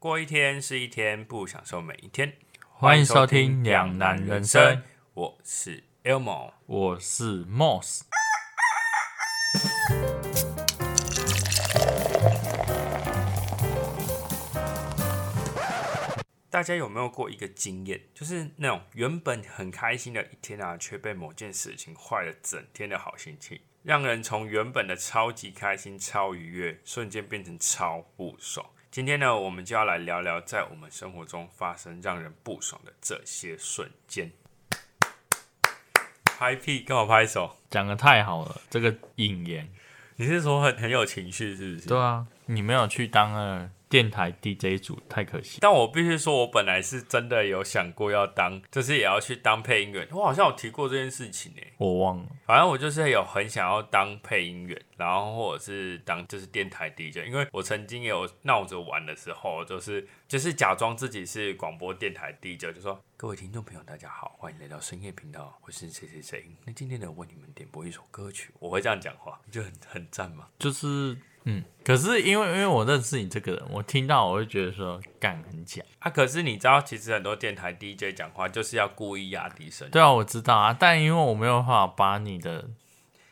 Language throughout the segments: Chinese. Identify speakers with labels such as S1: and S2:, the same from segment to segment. S1: 过一天是一天，不享受每一天。
S2: 欢迎收听《两难人生》，
S1: 我是 Elmo。
S2: 我是 Moss。
S1: 大家有没有过一个经验，就是那种原本很开心的一天啊，却被某件事情坏了整天的好心情，让人从原本的超级开心、超愉悦，瞬间变成超不爽。今天呢，我们就要来聊聊在我们生活中发生让人不爽的这些瞬间。拍屁，跟我拍手。
S2: 讲的太好了，这个引言。
S1: 你是说很很有情绪，是不是？
S2: 对啊，你没有去当呃电台 DJ 组，太可惜。
S1: 但我必须说，我本来是真的有想过要当，就是也要去当配音员。我好像有提过这件事情诶、
S2: 我忘了，
S1: 反正我就是有很想要当配音员，然后或者是当就是电台 DJ，因为我曾经也有闹着玩的时候，就是就是假装自己是广播电台 DJ，就说各位听众朋友大家好，欢迎来到深夜频道，我是谁谁谁。那今天呢，为你们点播一首歌曲，我会这样讲话，就很很赞嘛。
S2: 就是嗯，可是因为因为我认识你这个人，我听到我会觉得说干很假。
S1: 啊，可是你知道，其实很多电台 DJ 讲话就是要故意压低声音，
S2: 对啊，我知道啊，但因为我没有办法把你的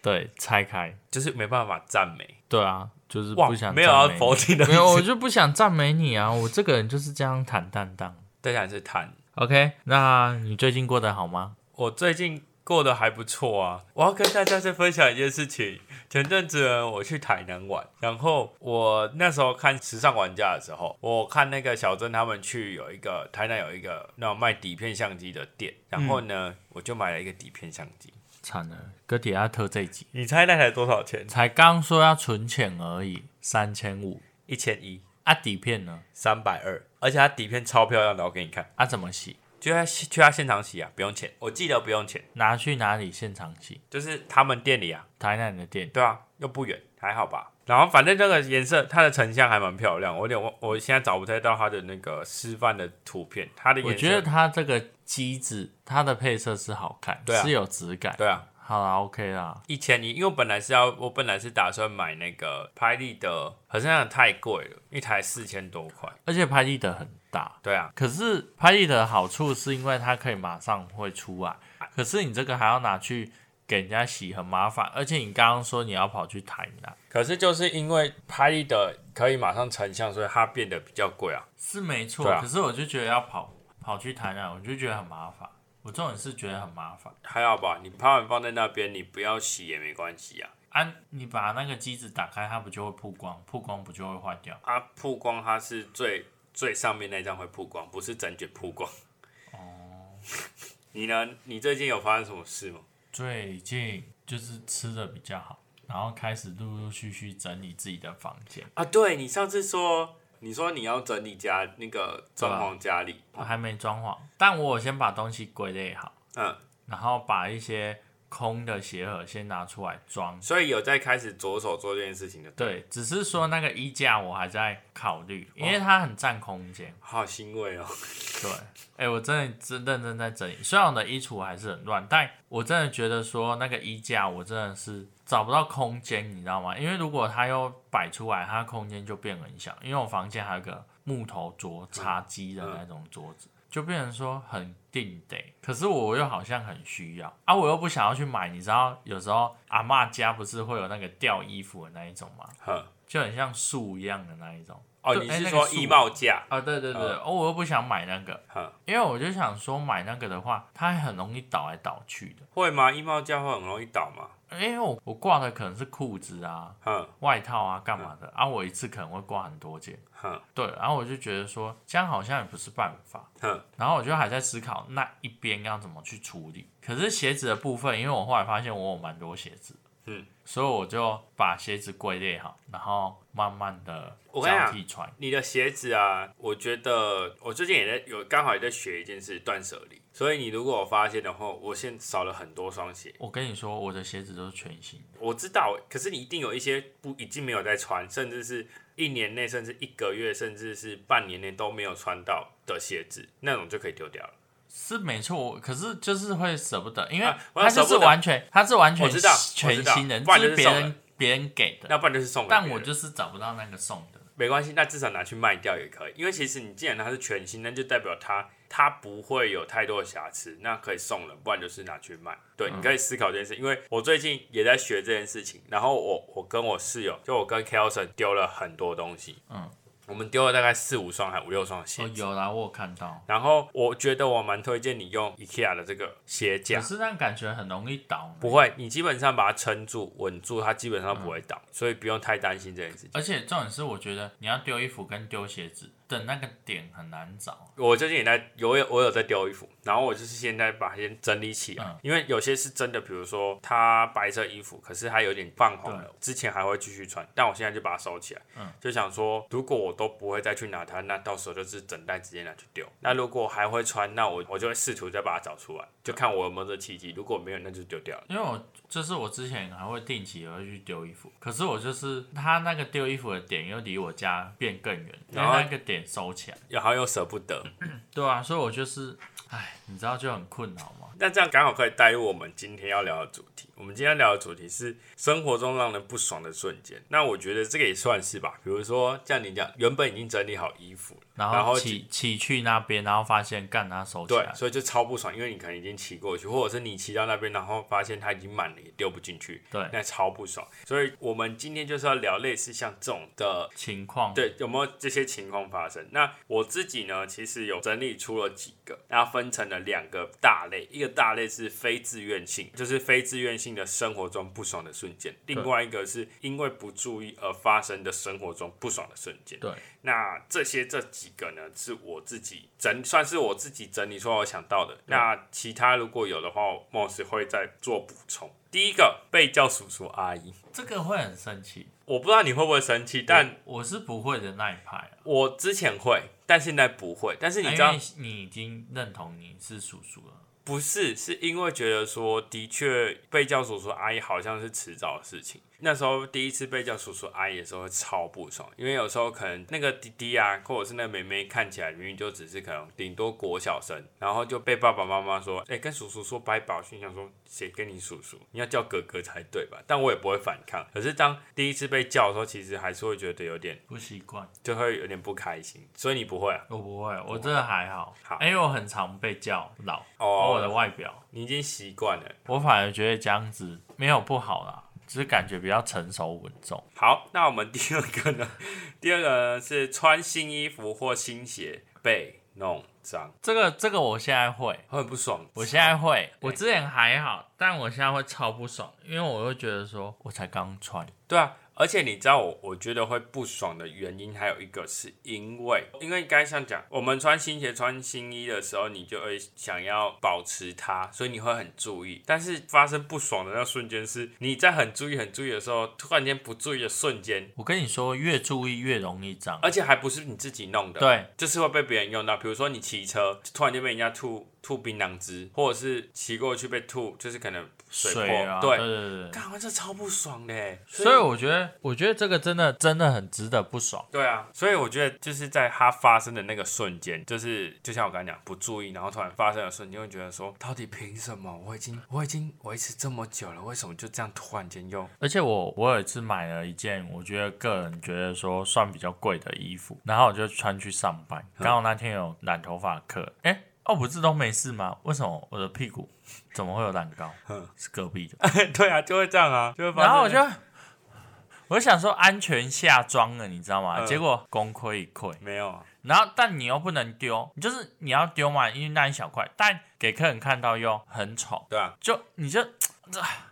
S2: 对拆开。
S1: 就是没办法赞美。
S2: 对啊，就是
S1: 哇
S2: 不想，
S1: 没有要
S2: 赞美
S1: 否定的意 思，
S2: 你，没啊有，我就不想赞美你啊。我这个人就是这样坦荡荡。
S1: 当然是谈。
S2: OK，那你最近过得好吗？
S1: 我最近过得还不错啊，我要跟大家再分享一件事情。前阵子呢我去台南玩，然后我那时候看《时尚玩家》的时候，我看那个小珍他们去有一个台南有一个那种卖底片相机的店，然后呢，我就买了一个底片相机。
S2: 惨了，哥底下特这一集。
S1: 你猜那台多少钱？
S2: 才刚说要存钱而已，三千五
S1: 一千一，
S2: 啊，底片呢？
S1: 三百二，而且它底片超漂亮的，我给你看，
S2: 啊，怎么洗？
S1: 就在去他现场洗啊，不用钱，我记得不用钱，
S2: 拿去哪里现场洗？
S1: 就是他们店里啊，
S2: 台南的店
S1: 对啊，又不远，还好吧。然后反正这个颜色，它的成像还蛮漂亮，我有点忘，我现在找不太到它的那个示范的图片，它的
S2: 我
S1: 颜色。
S2: 觉得它这个机子，它的配色是好看，
S1: 对啊
S2: 是有质感。
S1: 对啊，
S2: 好啦 o k 啦，
S1: 一千一，因为我本来是要，我本来是打算买那个拍立得，好像太贵了，一台四千多块。
S2: 而且拍立得很大，
S1: 对啊，
S2: 可是拍立得好处是因为它可以马上会出来，可是你这个还要拿去给人家洗，很麻烦。而且你刚刚说你要跑去台南，
S1: 可是就是因为拍立得可以马上成像，所以它变得比较贵啊。
S2: 是没错，
S1: 对啊
S2: 可是我就觉得要跑跑去台南，我就觉得很麻烦。我这种是觉得很麻烦。
S1: 还好吧，你拍完放在那边，你不要洗也没关系啊。
S2: 啊，你把那个机子打开，它不就会曝光？曝光不就会坏掉？
S1: 啊，曝光它是最最上面那张会曝光，不是整卷曝光。哦，
S2: 哦
S1: 你呢？你最近有发生什么事吗？
S2: 最近就是吃的比较好，然后开始陆陆续续整理自己的房间，
S1: 啊，对你上次说，你说你要整理家那个装潢家里，
S2: 我还没装潢，但我有先把东西归类好，
S1: 嗯，
S2: 然后把一些空的鞋盒先拿出来装。
S1: 所以有在开始着手做这件事情的，
S2: 对，只是说那个衣架我还在考虑，因
S1: 哦
S2: 为它很占空间。
S1: 好欣慰 哦。
S2: 对，哎、我真的真认真在整理，虽然我的衣橱还是很乱，但我真的觉得说那个衣架我真的是找不到空间，你知道吗？因为如果它又摆出来，它空间就变很小。因为我房间还有个木头桌，茶几的那种桌子。就变成说很定得，可是我又好像很需要啊，我又不想要去买，你知道，有时候阿嬷家不是会有那个吊衣服的那一种吗？
S1: 哼，
S2: 就很像树一样的那一种
S1: 哦，
S2: 对
S1: 你
S2: 哎
S1: 是
S2: 那个
S1: 说
S2: 树
S1: 衣帽架？
S2: 啊，对对对，哦，我又不想买那个，
S1: 哼，
S2: 因为我就想说买那个的话，它很容易倒来倒去的。
S1: 会吗？衣帽架会很容易倒吗？
S2: 因为我我挂的可能是裤子啊、
S1: 哼
S2: 外套啊、干嘛的啊，我一次可能会挂很多件。
S1: 哼
S2: 对，然后我就觉得说这样好像也不是办法，
S1: 哼，
S2: 然后我就还在思考那一边要怎么去处理。可是鞋子的部分，因为我后来发现我有蛮多鞋子，
S1: 嗯，
S2: 所以我就把鞋子归类好，然后慢慢的
S1: 我跟你
S2: 交
S1: 讲
S2: 替穿。
S1: 你的鞋子啊，我觉得我最近也在有刚好也在学一件事，断舍离。所以你如果有发现的话，我现在少了很多双鞋。
S2: 我跟你说，我的鞋子都是全新的，
S1: 我知道，可是你一定有一些不已经没有在穿，甚至是一年内，甚至一个月，甚至是半年内都没有穿到的鞋子，那种就可以丢掉了。
S2: 是没错，可是就是会舍不得，因为
S1: 啊我要
S2: 它就
S1: 舍
S2: 是
S1: 不得
S2: 完全，它是完全
S1: 我知道我
S2: 全
S1: 知道
S2: 新的，
S1: 不然
S2: 这
S1: 就是是
S2: 别
S1: 送的
S2: 人别人给的。
S1: 要不然就是送给别
S2: 但
S1: 人。
S2: 我就是找不到那个送的，
S1: 没关系，那至少拿去卖掉也可以，因为其实你既然它是全新，那就代表它它不会有太多的瑕疵，那可以送人，不然就是拿去卖。对，
S2: 嗯
S1: 你可以思考这件事，因为我最近也在学这件事情，然后我我跟我室友，就我跟 Kelson 丢了很多东西，
S2: 嗯，
S1: 我们丢了大概四五双还五六双的鞋
S2: 哦，
S1: 子。
S2: 有啦，我有看到，
S1: 然后我觉得我蛮推荐你用 IKEA 的这个鞋
S2: 可
S1: 架，
S2: 是那感觉很容易
S1: 啊
S2: 倒，
S1: 不会，你基本上把它撑住、稳住，它基本上不会倒，
S2: 嗯
S1: 所以不用太担心这件事情。
S2: 而且重点是，我觉得你要丢衣服跟丢鞋子的那个点很难找，
S1: 我最近也在有有我有在丢衣服，然后我就是现在把它先整理起来，
S2: 嗯
S1: 因为有些是真的，比如说它白色衣服，可是它有点泛黄了，之前还会继续穿，但我现在就把它收起来，
S2: 嗯
S1: 就想说如果我都不会再去拿它，那到时候就是整袋直接拿去丢。那如果还会穿，那我我就会试图再把它找出来，就看我有没有这契机，如果没有，那就丢掉了。
S2: 因为我就是我之前还会定期也会去丢衣服，可是我就是他那个丢衣服的点又离我家变更远，因为
S1: 然后
S2: 那个点收起来，
S1: 然后又舍不得，
S2: 对啊，所以我就是，哎，你知道就很困扰吗？
S1: 那这样刚好可以带入我们今天要聊的主题。我们今天要聊的主题是生活中让人不爽的瞬间。那我觉得这个也算是吧。比如说，像你讲，原本已经整理好衣服了，
S2: 然
S1: 然后
S2: 后骑骑去那边，然后发现干他收起
S1: 对啊
S2: 来，，
S1: 所以就超不爽，因为你可能已经骑过去，或者是你骑到那边，然后发现它已经满了，也丢不进去，
S2: 对
S1: 那超不爽。所以我们今天就是要聊类似像这种的
S2: 情况，
S1: 对，有没有这些情况发生？那我自己呢，其实有整理出了几个，然后分成了两个大类，一个大类是非自愿性，就是非自愿性的生活中不爽的瞬间；，另外一个是因为不注意而发生的生活中不爽的瞬间。
S2: 对，
S1: 那这些这几个呢，是我自己整，算是我自己整理出来我想到的。那其他如果有的话我，Moss 会再做补充。第一个被叫叔叔阿姨，
S2: 这个会很生气，
S1: 我不知道你会不会生气，但
S2: 我是不会的那一派啊。
S1: 我之前会，但现在不会。但是你知道
S2: 因为，你已经认同你是叔叔了，
S1: 不是，是因为觉得说，的确被叫叔叔阿姨好像是迟早的事情。那时候第一次被叫叔叔阿姨的时候，超不爽，因为有时候可能那个弟弟啊，或者是那个妹妹，看起来明明就只是可能顶多国小生，然后就被爸爸妈妈说，哎、跟叔叔说拜拜。我心想说，谁跟你叔叔？你要叫哥哥才对吧？但我也不会反抗。可是当第一次被叫的时候，其实还是会觉得有点，
S2: 不习惯。
S1: 就会有点不开心。所以你不会啊？
S2: 我不会，我真的还好，
S1: 好
S2: 因为我很常被叫老，
S1: 哦
S2: 我的外表，
S1: 你已经习惯了。
S2: 我反而觉得这样子没有不好啦，只是感觉比较成熟稳重。
S1: 好，那我们第二个呢？ 第二个呢是穿新衣服或新鞋被弄脏，
S2: 这个这个我现在会，
S1: 会很不爽。
S2: 我现在会，我之前还好，但我现在会超不爽，因为我会觉得说我才刚穿，
S1: 对啊，而且你知道我，我觉得会不爽的原因还有一个是因为，因为该像讲，我们穿新鞋、穿新衣的时候，你就会想要保持它，所以你会很注意。但是发生不爽的那瞬间是，你在很注意、很注意的时候，突然间不注意的瞬间，
S2: 我跟你说，越注意越容易脏。
S1: 而且还不是你自己弄的。
S2: 对，
S1: 就是会被别人用到。比如说你骑车，突然间被人家吐吐槟榔汁，或者是骑过去被吐，就是可能泼。
S2: 水啊，对
S1: 对，
S2: 对对对。
S1: 干完这超不爽的欸。
S2: 所以我觉得，我觉得这个真的真的很值得不爽。
S1: 对啊，所以我觉得就是在它发生的那个瞬间，就是就像我刚才讲，不注意，然后突然发生的瞬间，会觉得说，到底凭什么？我已经 我已经维持这么久了，为什么就这样突然间用？
S2: 而且我我有一次买了一件，我觉得个人觉得说算比较贵的衣服，然后我就穿去上班，刚好那天有染头发课，哎、哦不是都没事吗？为什么我的屁股怎么会有染膏？是隔壁的。
S1: 对啊，就会这样啊，就会发生。
S2: 然后我就我就想说安全下装了，你知道吗？
S1: 嗯
S2: 结果功亏一篑。
S1: 没有啊，
S2: 然后但你又不能丢，你就是你要丢嘛，因为那一小块，但给客人看到又很丑，
S1: 对啊，
S2: 就你就。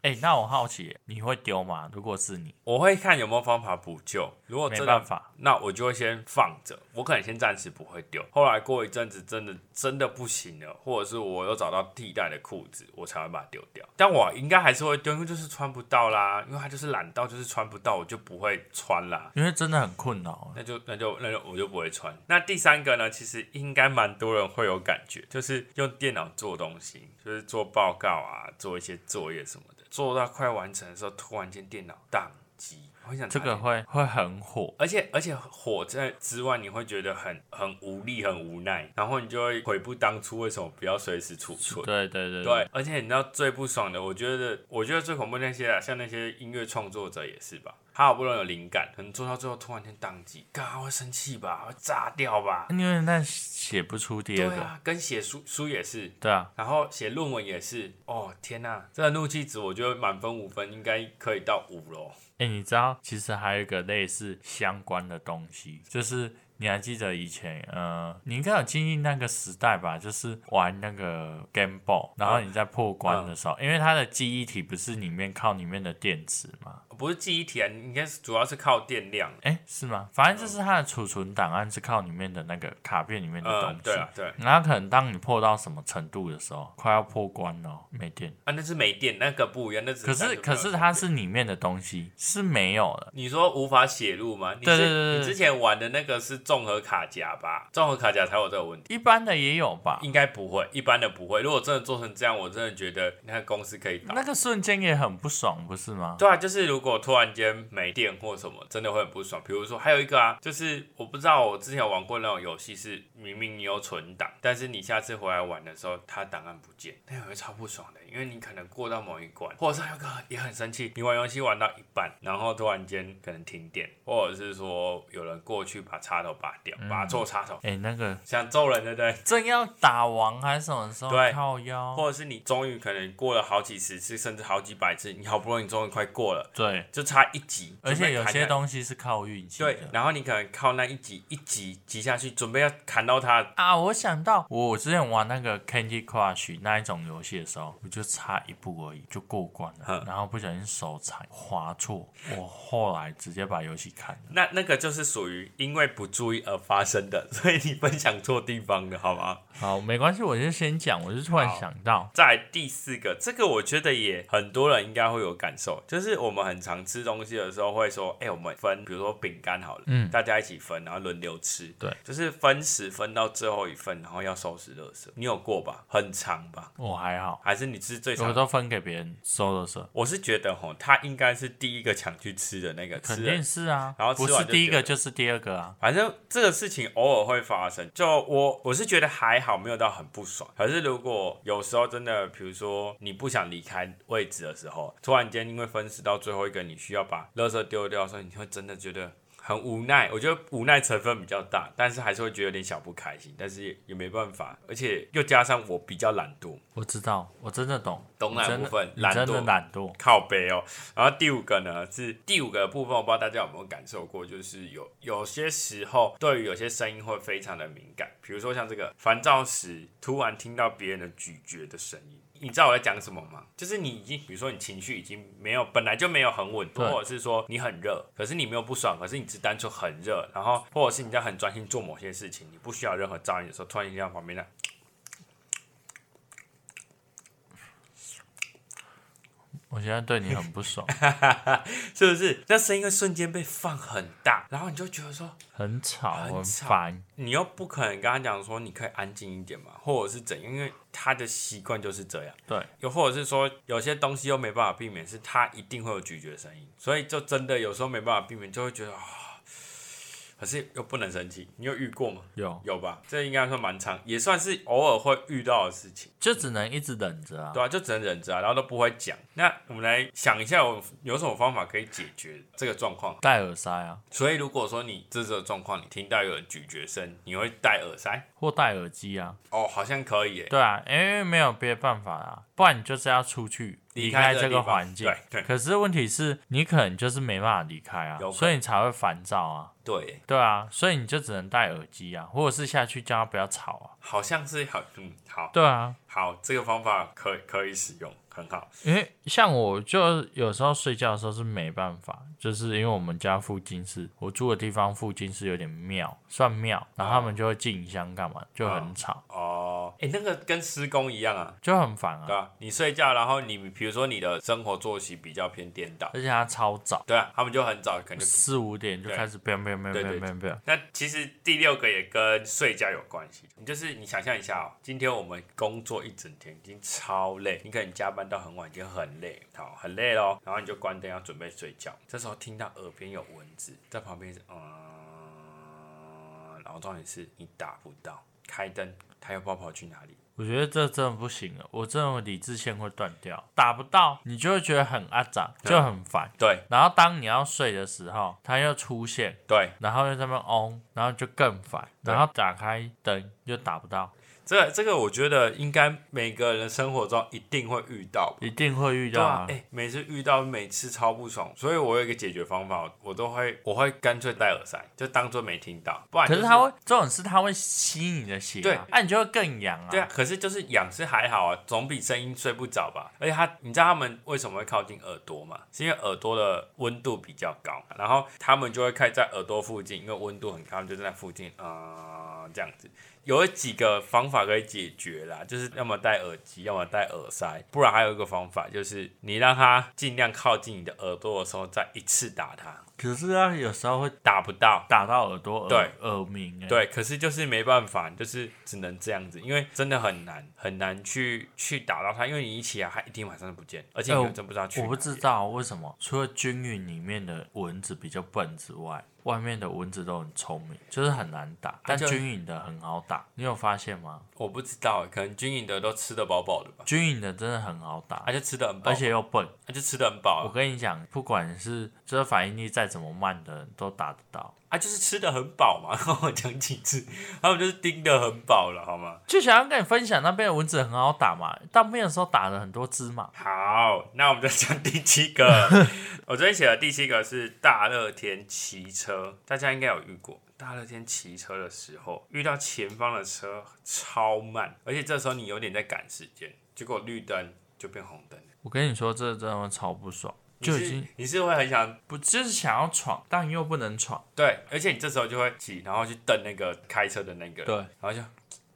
S2: 哎、那我好奇，你会丢吗？如果是你，
S1: 我会看有没有方法补救。如果
S2: 没
S1: 真的
S2: 办法，
S1: 那我就会先放着，我可能先暂时不会丢。后来过一阵子，真的真的不行了，或者是我又找到替代的裤子，我才会把它丢掉。但我应该还是会丢，因为就是穿不到啦，因为它就是懒到就是穿不到，我就不会穿啦。
S2: 因为真的很困扰。
S1: 那就那就那就我就不会穿。那第三个呢，其实应该蛮多人会有感觉，就是用电脑做东西，就是做报告啊，做一些作业什么的，做到快完成的时候，突然间电脑宕机，我会想
S2: 这个会会很火，
S1: 而且而且火在之外，你会觉得很很无力、很无奈，然后你就会悔不当初，为什么不要随时储存？
S2: 对对对
S1: 对，而且你知道最不爽的，我觉得我觉得最恐怖那些啊，像那些音乐创作者也是吧，他好不容易有灵感，可能做到最后突然间宕机，干他会生气吧，会炸掉吧？
S2: 因为那写不出第
S1: 对
S2: 二个，
S1: 啊，跟写书书也是，
S2: 对啊，
S1: 然后写论文也是，哦天呐、这个怒气值我觉得满分五分应该可以到五咯。
S2: 哎、你知道其实还有一个类似相关的东西，就是你还记得以前，呃，你应该有经历那个时代吧？就是玩那个 Game Boy，然
S1: 嗯
S2: 后你在破关的时候，因为它的记忆体不是里面靠里面的电池嘛？
S1: 不是记忆体啊，你应该是主要是靠电量。
S2: 哎、是吗？反正就是它的储存档案是靠里面的那个卡片里面的东
S1: 嗯嗯
S2: 西。，
S1: 对啊，对啊，
S2: 然后可能当你破到什么程度的时候，快要破关了，没电。
S1: 啊那是没电，那个不一样，那只
S2: 可是
S1: 单纯没
S2: 可
S1: 有
S2: 是
S1: 电
S2: 它是里面的东西是没有了，
S1: 你说无法写入吗？你是
S2: 对对对对
S1: 你之前玩的那个是综合卡夹吧？综合卡夹才有这个问题。
S2: 一般的也有吧？
S1: 应该不会，一般的不会。如果真的做成这样，我真的觉得那个公司可以倒。
S2: 那个瞬间也很不爽，不是吗？
S1: 对啊，就是如果突然间没电或什么，真的会很不爽。比如说还有一个啊，就是我不知道我之前有玩过那种游戏，是明明你有存档，但是你下次回来玩的时候，它档案不见，那也会超不爽的。因为你可能过到某一关，或者是有个也很生气，你玩游戏玩到一半，然后突然间可能停电，或者是说有人过去把插头拔掉，拔错插头，
S2: 哎、那个
S1: 想揍人对不对？
S2: 正要打王还是什么时候
S1: 对
S2: 靠腰？
S1: 或者是你终于可能过了好几十次，甚至好几百次，你好不容易终于快过了，
S2: 对，
S1: 就差一级，
S2: 而且有
S1: 准备砍
S2: 些
S1: 下
S2: 东西是靠运气的。
S1: 对，然后你可能靠那一级一级级下去，准备要砍到它，
S2: 啊，我想到我之前玩那个 Candy Crush 那一种游戏的时候，我就差一步而已就过关了
S1: 哼，
S2: 然后不小心手残滑错，我后来直接把游戏砍了。
S1: 那那个就是属于因为不注意而发生的， 所以你分享错地方了，好吗？
S2: 好，没关系，我就先讲，我就突然
S1: 好
S2: 想到，
S1: 再来第四个，这个我觉得也很多人应该会有感受，就是我们很常吃东西的时候会说，哎、我们分，比如说饼干好了，
S2: 嗯
S1: 大家一起分，然后轮流吃，
S2: 对，
S1: 就是分食分到最后一份，然后要收拾垃圾，你有过吧？很长吧？
S2: 我还好，
S1: 还是你吃最
S2: 我
S1: 长？
S2: 都分给别人收的时候，
S1: 我是觉得吼，他应该是第一个抢去吃的那个，
S2: 肯
S1: 吃
S2: 定
S1: 的。
S2: 是啊，
S1: 然后吃
S2: 不
S1: 完
S2: 是
S1: 就
S2: 第一
S1: 丢
S2: 个
S1: 了
S2: 就是第二个啊。
S1: 反正这个事情偶尔会发生，就我我是觉得还好，没有到很不爽。可是如果有时候真的，比如说你不想离开位置的时候，突然间因为分食到最后一个，你需要把垃圾丢掉的时候，你会真的觉得很无奈。我觉得无奈成分比较大，但是还是会觉得有点小不开心，但是也也没办法，而且又加上我比较懒惰，
S2: 我知道，我真的懂，
S1: 懂
S2: 你
S1: 哪
S2: 真
S1: 部
S2: 的
S1: 分
S2: 你
S1: 懒
S2: 真的
S1: 惰
S2: 懒惰。
S1: 靠背哦。然后第五个呢是第五个的部分，我不知道大家有没有感受过，就是有有些时候对于有些声音会非常的敏感，比如说像这个烦躁时突然听到别人的咀嚼的声音。你知道我在讲什么吗？就是你已经，比如说你情绪已经没有，本来就没有很稳定，
S2: 对
S1: 或者是说你很热，可是你没有不爽，可是你只单纯很热，然后或者是你在很专心做某些事情，你不需要任何噪音的时候，突然听到旁边的
S2: 我现在对你很 不爽，
S1: 是不是？那声音会瞬间被放很大，然后你就觉得说，
S2: 很吵，
S1: 很
S2: 很
S1: 吵
S2: 烦。
S1: 你又不可能跟他讲说你可以安静一点嘛，或者是怎样，因为他的习惯就是这样。
S2: 对，
S1: 又或者是说有些东西又没办法避免，是他一定会有咀嚼声音，所以就真的有时候没办法避免，就会觉得啊、可是又不能生气。你有遇过吗？
S2: 有
S1: 有吧，这应该算蛮常，也算是偶尔会遇到的事情，
S2: 就只能一直忍着啊。
S1: 对啊，就只能忍着啊，然后都不会讲。那我们来想一下有有什么方法可以解决这个状况。
S2: 戴耳塞啊，
S1: 所以如果说你这种状况，你听到有人咀嚼声，你会戴耳塞。
S2: 或戴耳机啊。
S1: 哦，好像可以耶。
S2: 对啊，因为没有别的办法啊，不然你就是要出去
S1: 离
S2: 离
S1: 开这
S2: 开
S1: 个
S2: 这
S1: 地
S2: 个
S1: 方
S2: 环境。
S1: 对对
S2: 可是问题是你可能就是没办法离开啊
S1: 有可，能
S2: 所以你才会烦躁啊。
S1: 对耶，
S2: 对啊，所以你就只能戴耳机啊，或者是下去叫他不要吵啊。
S1: 好像是好，嗯，好，
S2: 对啊，
S1: 好，这个方法可可以使用，很好。
S2: 因为像我就有时候睡觉的时候是没办法，就是因为我们家附近是我住的地方附近是有点庙，算庙，然后他们就会进香干嘛，就很吵，
S1: 哦，哎，那个跟施工一样啊，
S2: 就很烦
S1: 对
S2: 啊，
S1: 吧、你睡觉，然后你比如说你的生活作息比较偏颠倒，
S2: 而且他超早，
S1: 对啊，他们就很早可能就。
S2: 四五点就开始飙飙飙
S1: 对
S2: 飙
S1: 对
S2: 飙飙，
S1: 那其实第六个也跟睡觉有关系，你就是你想象一下哦，今天我们工作一整天已经超累，你可能加班到很晚，已经很累，好，很累咯，然后你就关灯要准备睡觉，这时候听到耳边有呃蚊子在旁边是嗯，然后重点是你打不到，开灯，他又不知道跑去哪里。
S2: 我觉得这真的不行了，我这种理智线会断掉，打不到你就会觉得很阿杂，
S1: 对
S2: 就很烦。
S1: 对
S2: 然后当你要睡的时候，它又出现，
S1: 对，
S2: 然后又在那边嗡，然后就更烦。
S1: 对
S2: 然后打开灯又打不到，
S1: 这这个我觉得应该每个人的生活中一定会遇到吧。
S2: 一定会遇
S1: 对
S2: 到、
S1: 啊，哎、每次遇到每次超不爽，所以我有一个解决方法，我都会我会干脆戴耳塞，就当做没听到，不然、
S2: 可
S1: 就是
S2: 它会这种事，它会吸你的血、啊，
S1: 对
S2: 那、你就会更痒啊。
S1: 对啊，可是就是痒是还好啊，总比声音睡不着吧。而且他，你知道他们为什么会靠近耳朵吗？是因为耳朵的温度比较高，然后他们就会开始在耳朵附近，因为温度很高，他们就在那附近啊、呃这样子。有几个方法可以解决啦，就是要么戴耳机，要么戴耳塞，不然还有一个方法就是你让它尽量靠近你的耳朵的时候，再一次打它，
S2: 可是它有时候会
S1: 打不到，
S2: 打到耳朵耳
S1: 对
S2: 耳鸣、哎，
S1: 对，可是就是没办法，就是只能这样子，因为真的很难很难去去打到它，因为你一起来，它一定晚上就不见，而且
S2: 哎
S1: 你
S2: 我
S1: 又真不知道去、
S2: 我不知，道为什么，除了均匀里面的蚊子比较笨之外，外面的蚊子都很聪明，啊就是很难打。但
S1: 就
S2: 均匀的很好打，你有发现吗？
S1: 我不知道，可能军营的都吃得饱饱的吧，
S2: 均匀的真的很好打
S1: 而，且吃得很饱，
S2: 而且又笨。
S1: 它就吃得很
S2: 我
S1: 饱，啊
S2: 跟你讲，不管是这反应力再怎么慢的人都打得到。
S1: 啊，就是吃得很饱嘛， 然后我讲几次，他们就是盯得很饱了，好吗？
S2: 就想要跟你分享，那边的蚊子很好打嘛，当兵的时候打了很多只嘛。
S1: 好，那我们就讲第七 个。我昨天写的第七个是大热天骑车，大家应该有遇过。大热天骑车的时候，遇到前方的车超慢，而且这时候你有点在赶时间，结果绿灯就变红灯，
S2: 我跟你说，这真的超不爽，
S1: 你
S2: 就是已经
S1: 你是会很想
S2: 不就是想要闯，但又不能闯。
S1: 对，而且你这时候就会骑，然后去瞪那个开车的那个人，
S2: 对，
S1: 然后就然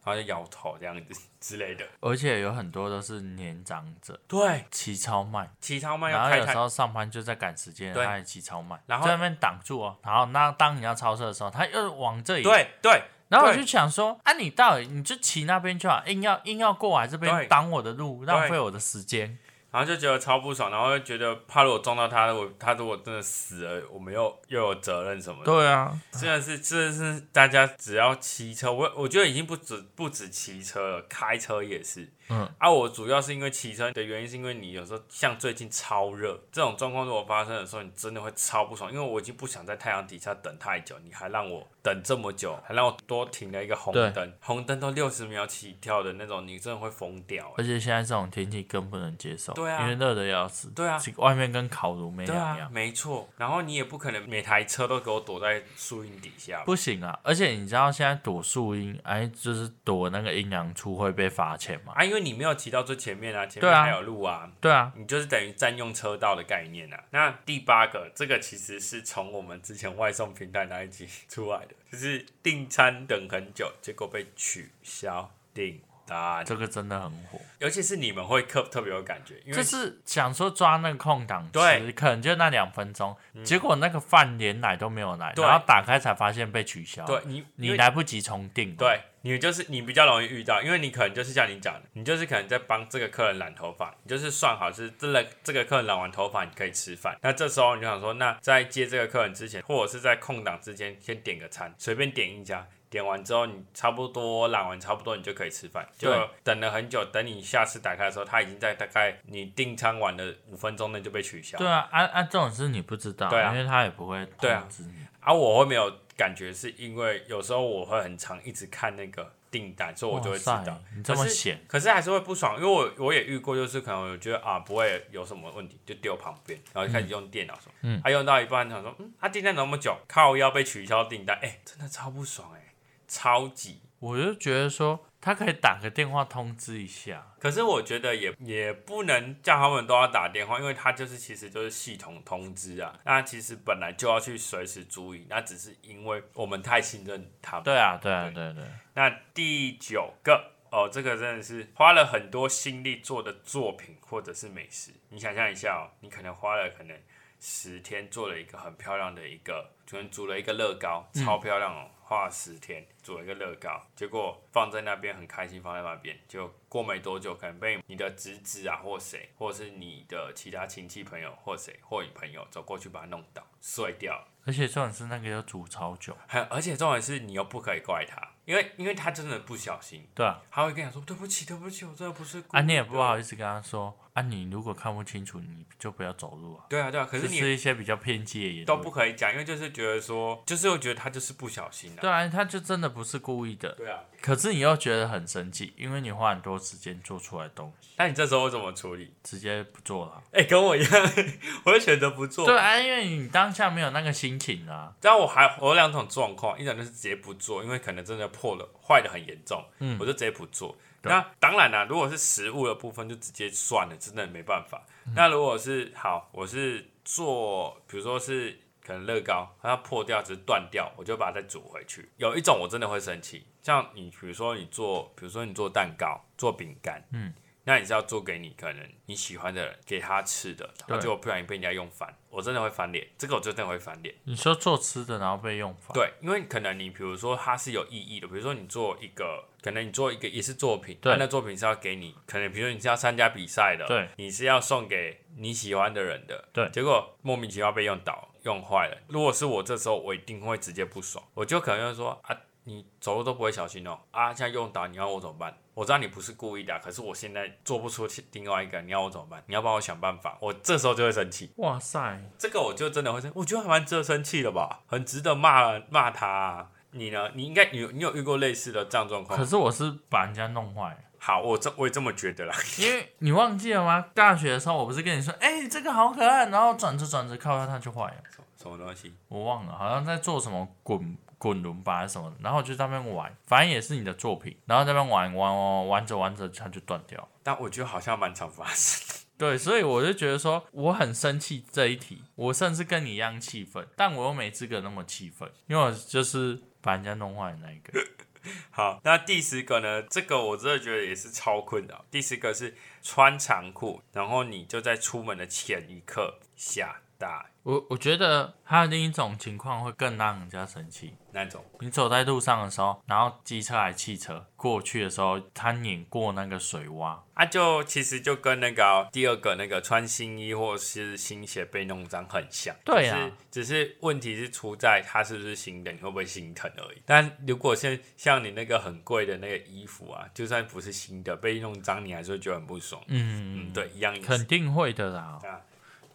S1: 后就摇头这样子之类的。
S2: 而且有很多都是年长者，
S1: 对，
S2: 骑超慢，
S1: 骑超慢
S2: 然
S1: 要
S2: 后
S1: 开
S2: 有时
S1: 太
S2: 候上班就在赶时间，
S1: 对
S2: 他也骑超慢，
S1: 然后
S2: 在那边挡住哦。然后那当你要超车的时候，他又往这里。。
S1: 对对
S2: 然后我
S1: 对
S2: 就想说，啊，你到底你就骑那边就好，硬要硬要过来这
S1: 对
S2: 边挡我的路，浪费我的时间。
S1: 然后就觉得超不爽，然后就觉得怕如果撞到他，我他如果真的死了，我们又又有责任什么的。
S2: 对啊，
S1: 真的是，真的是大家只要骑车，我我觉得已经不止不止骑车了，开车也是。
S2: 嗯，
S1: 啊，我主要是因为骑车的原因，是因为你有时候像最近超热这种状况，如果发生的时候，你真的会超不爽，因为我已经不想在太阳底下等太久，你还让我等这么久，还让我多停了一个红
S2: 对
S1: 灯，红灯都六十秒起跳的那种，你真的会疯掉、欸
S2: 而且现在这种天气更不能接受，
S1: 对啊
S2: 因为热的要死，
S1: 对啊，
S2: 外面跟烤炉没
S1: 对
S2: 两
S1: 啊
S2: 样，，
S1: 没错。然后你也不可能每台车都给我躲在树荫底下吧。
S2: 不行啊！而且你知道现在躲树荫，哎，就是躲那个阴阳处会被罚钱嘛？
S1: 啊，因为你没有骑到最前面啊，前
S2: 对
S1: 面
S2: 啊
S1: 还有路啊，
S2: 对啊，
S1: 你就是等于占用车道的概念啊。那第八个，这个其实是从我们之前外送平台那一集出来的，就是订餐等很久，结果被取消订单，
S2: 这个真的很火，
S1: 尤其是你们会特特别有感觉，因为
S2: 就是想说抓那个空档
S1: 对嗯
S2: 吃，可能就那两分钟，结果那个饭连来都没有来，
S1: 对
S2: 然后打开才发现被取消，
S1: 对，你因
S2: 你
S1: 为
S2: 来不及重订，，
S1: 对你就是你比较容易遇到，因为你可能就是像你讲的，你就是可能在帮这个客人染头发，你就是算好是这个这个客人染完头发你可以吃饭，那这时候你就想说，那在接这个客人之前，或者是在空档之间先点个餐，随便点一家。点完之后，你差不多染完差不多，你就可以吃饭。就
S2: 对
S1: 等了很久，等你下次打开的时候，他已经在大概你订餐完的五分钟内就被取消。
S2: 对啊，啊啊，这种事你不知道，
S1: 对啊
S2: 因为他也不会
S1: 对啊
S2: 通知你，
S1: 啊，我会没有感觉，是因为有时候我会很常一直看那个订单，所以我就会知
S2: 哇
S1: 道
S2: 塞。你这么
S1: 可是
S2: 闲，
S1: 可是还是会不爽，因为我我也遇过，就是可能我觉得啊不会有什么问题，就丢旁边，然后就开始用电脑说，
S2: 嗯，
S1: 他、用到一半想说，嗯，他、订单怎么那么久，靠腰被取消订单，哎、真的超不爽哎、超级。
S2: 我就觉得说他可以打个电话通知一下。
S1: 可是我觉得也也不能叫他们都要打电话，因为他就是其实就是系统通知啊，那其实本来就要去随时注意，那只是因为我们太信任他们。
S2: 对啊，对啊，对对，
S1: 那第九个哦，这个真的是花了很多心力做的作品或者是美食。你想象一下哦，你可能花了可能十天做了一个很漂亮的一个，可能煮了一个乐高，超漂亮哦，花了十天煮了一个乐高，结果放在那边很开心，放在那边，就过没多久可能被你的侄子啊或谁，或者是你的其他亲戚朋友或谁或你朋友走过去把它弄倒碎掉了。
S2: 而且重点是那个要煮超久，
S1: 还而且重点是你又不可以怪他，因因为因为他真的不小心，
S2: 对啊，
S1: 他会跟你说对不起，对不起，我真的不是故意
S2: 啊，你也不
S1: 的
S2: 好意思跟他说啊，你如果看不清楚，你就不要走路啊。
S1: 对啊，对啊，可是
S2: 就
S1: 你
S2: 是一些比较偏激的言
S1: 都
S2: 论
S1: 不可以讲，因为就是觉得说，就是我觉得他就是不小心的、
S2: 对啊，他就真的不是故意的，
S1: 对啊，
S2: 可是你又觉得很生气，因为你花很多时间做出来的东西，
S1: 那你这时候怎么处理？
S2: 直接不做了啊。
S1: 哎、跟我一样， 我会选择不做。
S2: 对啊，因为你当下没有那个心情啊。
S1: 但我还我有两种状况，一种就是直接不做，因为可能真的破了，坏的很严重，
S2: 嗯
S1: 我就直接不做。
S2: 对
S1: 那当然啦、如果是食物的部分就直接算了，真的没办法。
S2: 嗯
S1: 那如果是好，我是做，比如说是可能乐高它破掉，只是断掉，我就把它再煮回去。有一种我真的会生气，像你比如说你做，比如说你做蛋糕、做饼干，
S2: 嗯，
S1: 那你是要做给你可能你喜欢的人给他吃的，然后
S2: 对
S1: 结果不小心被人家用翻，我真的会翻脸，这个我真的会翻脸。
S2: 你说做吃的，然后被用法，
S1: 对，因为可能你比如说它是有意义的，比如说你做一个，可能你做一个也是作品，
S2: 对
S1: 它那作品是要给你，可能比如说你是要参加比赛的，
S2: 对，
S1: 你是要送给你喜欢的人的，
S2: 对
S1: 结果莫名其妙被用倒用坏了。如果是我这时候，我一定会直接不爽，我就可能会说啊，你走路都不会小心哦，啊，现在用倒，你要我怎么办？我知道你不是故意的啊、可是我现在做不出去另外一个，你要我怎么办？你要帮我想办法。我这时候就会生气，
S2: 哇塞，
S1: 这个我就真的会生，我觉得还蛮值得生气的吧，很值得骂骂他、啊。你呢？你应该你有你有遇过类似的这样状
S2: 可
S1: 况？
S2: 是我是把人家弄坏了。
S1: 好，我这我也这么觉得啦。
S2: 因为你忘记了吗？大学的时候，我不是跟你说，哎、这个好可爱，然后转着转着靠它，它就坏了。
S1: 什么什么东西？
S2: 我忘了，好像在做什么滚滚轮吧还是什么的，然后我就在那边玩，反正也是你的作品，然后在那边玩玩玩玩着玩着它就断掉了。
S1: 但我觉得好像蛮常发生 的。
S2: 对，所以我就觉得说我很生气这一题，我甚至跟你一样气愤，但我又没资格那么气愤，因为我就是把人家弄坏的那一个。
S1: 好，那第十个呢？这个我真的觉得也是超困扰。第十个是穿长裤，然后你就在出门的前一刻下大雨
S2: 我我觉得还有另一种情况会更让人家生气，
S1: 那种。
S2: 你走在路上的时候，然后机车还汽车过去的时候，它碾过那个水洼，
S1: 啊，就其实就跟那个哦、第二个那个穿新衣或是新鞋被弄脏很像，
S2: 对啊
S1: 只是，只是问题是出在它是不是新的，你会不会心疼而已。但如果像像你那个很贵的那个衣服啊，就算不是新的，被弄脏你还是会觉得很不爽。
S2: 嗯，
S1: 嗯，对，一样意思。
S2: 肯定会的啦。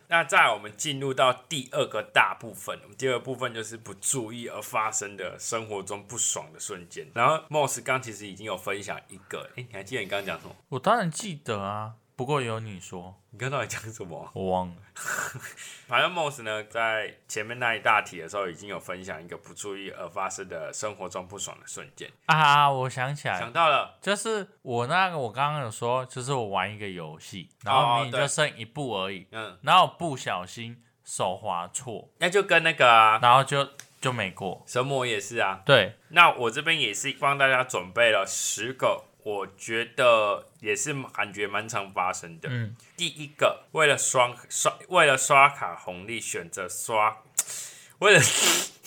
S1: 那再来我们进入到第二个大部分，我们第二个部分就是不注意而发生的生活中不爽的瞬间。然后 Moss 刚其实已经有分享一个，哎、你还记得你刚刚讲什么？
S2: 我当然记得啊，不过有你说，
S1: 你刚刚到底讲什么啊？
S2: 我忘了。
S1: 反正 Moss 呢，在前面那一大题的时候，已经有分享一个不注意而发生的生活中不爽的瞬间。
S2: 啊，我想起来了
S1: 想，到了，
S2: 就是我那个，我刚刚有说，就是我玩一个游戏，然后你
S1: 哦对
S2: 就剩一步而已，
S1: 嗯，
S2: 然后不小心手滑错，
S1: 那就跟那个啊，
S2: 然后就就没过。
S1: 神魔也是啊。
S2: 对，
S1: 那我这边也是帮大家准备了十个，我觉得也是感觉蛮常发生的。
S2: 嗯，
S1: 第一个，为了刷刷，为了刷卡红利，选择刷， 为了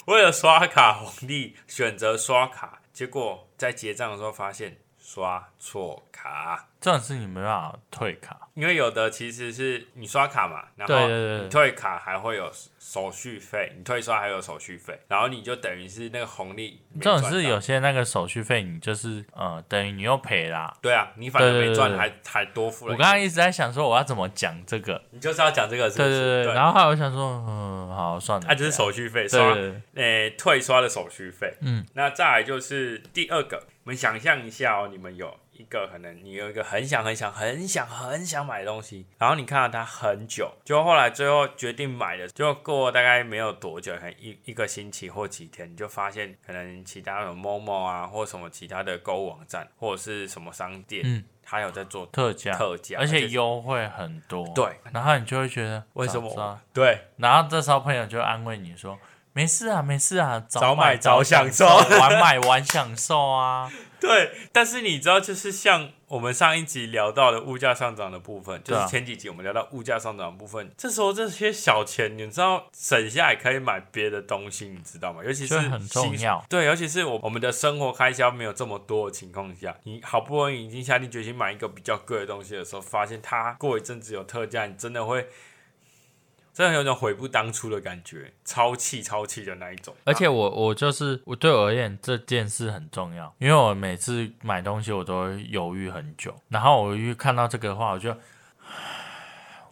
S1: 为了刷卡红利，选择刷卡，结果在结账的时候发现刷错卡。
S2: 这种事你没办法退卡。
S1: 因为有的其实是你刷卡嘛，然
S2: 对
S1: 后
S2: 对对
S1: 你退卡还会有手续费，你退刷还有手续费，然后你就等于是那个红利没
S2: 这
S1: 赚到
S2: 种是有些那个手续费，你就是呃，等于你又赔啦。
S1: 对啊，你反正
S2: 对对
S1: 没赚
S2: 对对
S1: 还还多付
S2: 我
S1: 了一
S2: 刚
S1: 点。
S2: 刚一直在想说我要怎么讲这个，
S1: 你就是要讲这个是不
S2: 对
S1: 是？
S2: 对对，
S1: 对，
S2: 然后后来我想说，嗯，好，算了，
S1: 它就是手续费
S2: 对
S1: 刷，
S2: 对对
S1: 诶退刷的手续费。
S2: 嗯，
S1: 那再来就是第二个，你们想象一下哦，你们有一个可能你有一个很想很想很想很想买的东西，然后你看到它很久，就后来最后决定买的，就过大概没有多久，可能一一个星期或几天，你就发现可能其他的某某啊，或什么其他的购物网站或者是什么商店，
S2: 嗯，
S1: 它有在做
S2: 特价，
S1: 特价
S2: 而
S1: 而且
S2: 且
S1: 是
S2: 优惠很多。
S1: 对，
S2: 然后你就会觉得
S1: 为什
S2: 早知道
S1: 么？对，
S2: 然后这时候朋友就安慰你说：“没事啊，没事啊，
S1: 早买
S2: 买
S1: 早享
S2: 享
S1: 受
S2: 晚买晚享受啊。
S1: 对，但是你知道，就是像我们上一集聊到的物价上涨的部分，就
S2: 对啊
S1: 是前几集我们聊到物价上涨的部分，这时候这些小钱，你知道省下来可以买别的东西，你知道吗？尤其是
S2: 就很重
S1: 薪
S2: 要
S1: 对，尤其是我我们的生活开销没有这么多的情况下，你好不容易已经下定决心买一个比较贵的东西的时候，发现它过一阵子有特价，你真的会。真的有种悔不当初的感觉，超气超气的那一种。
S2: 而且我我就是我对我而言这件事很重要，因为我每次买东西我都会犹豫很久，然后我一看到这个的话，我就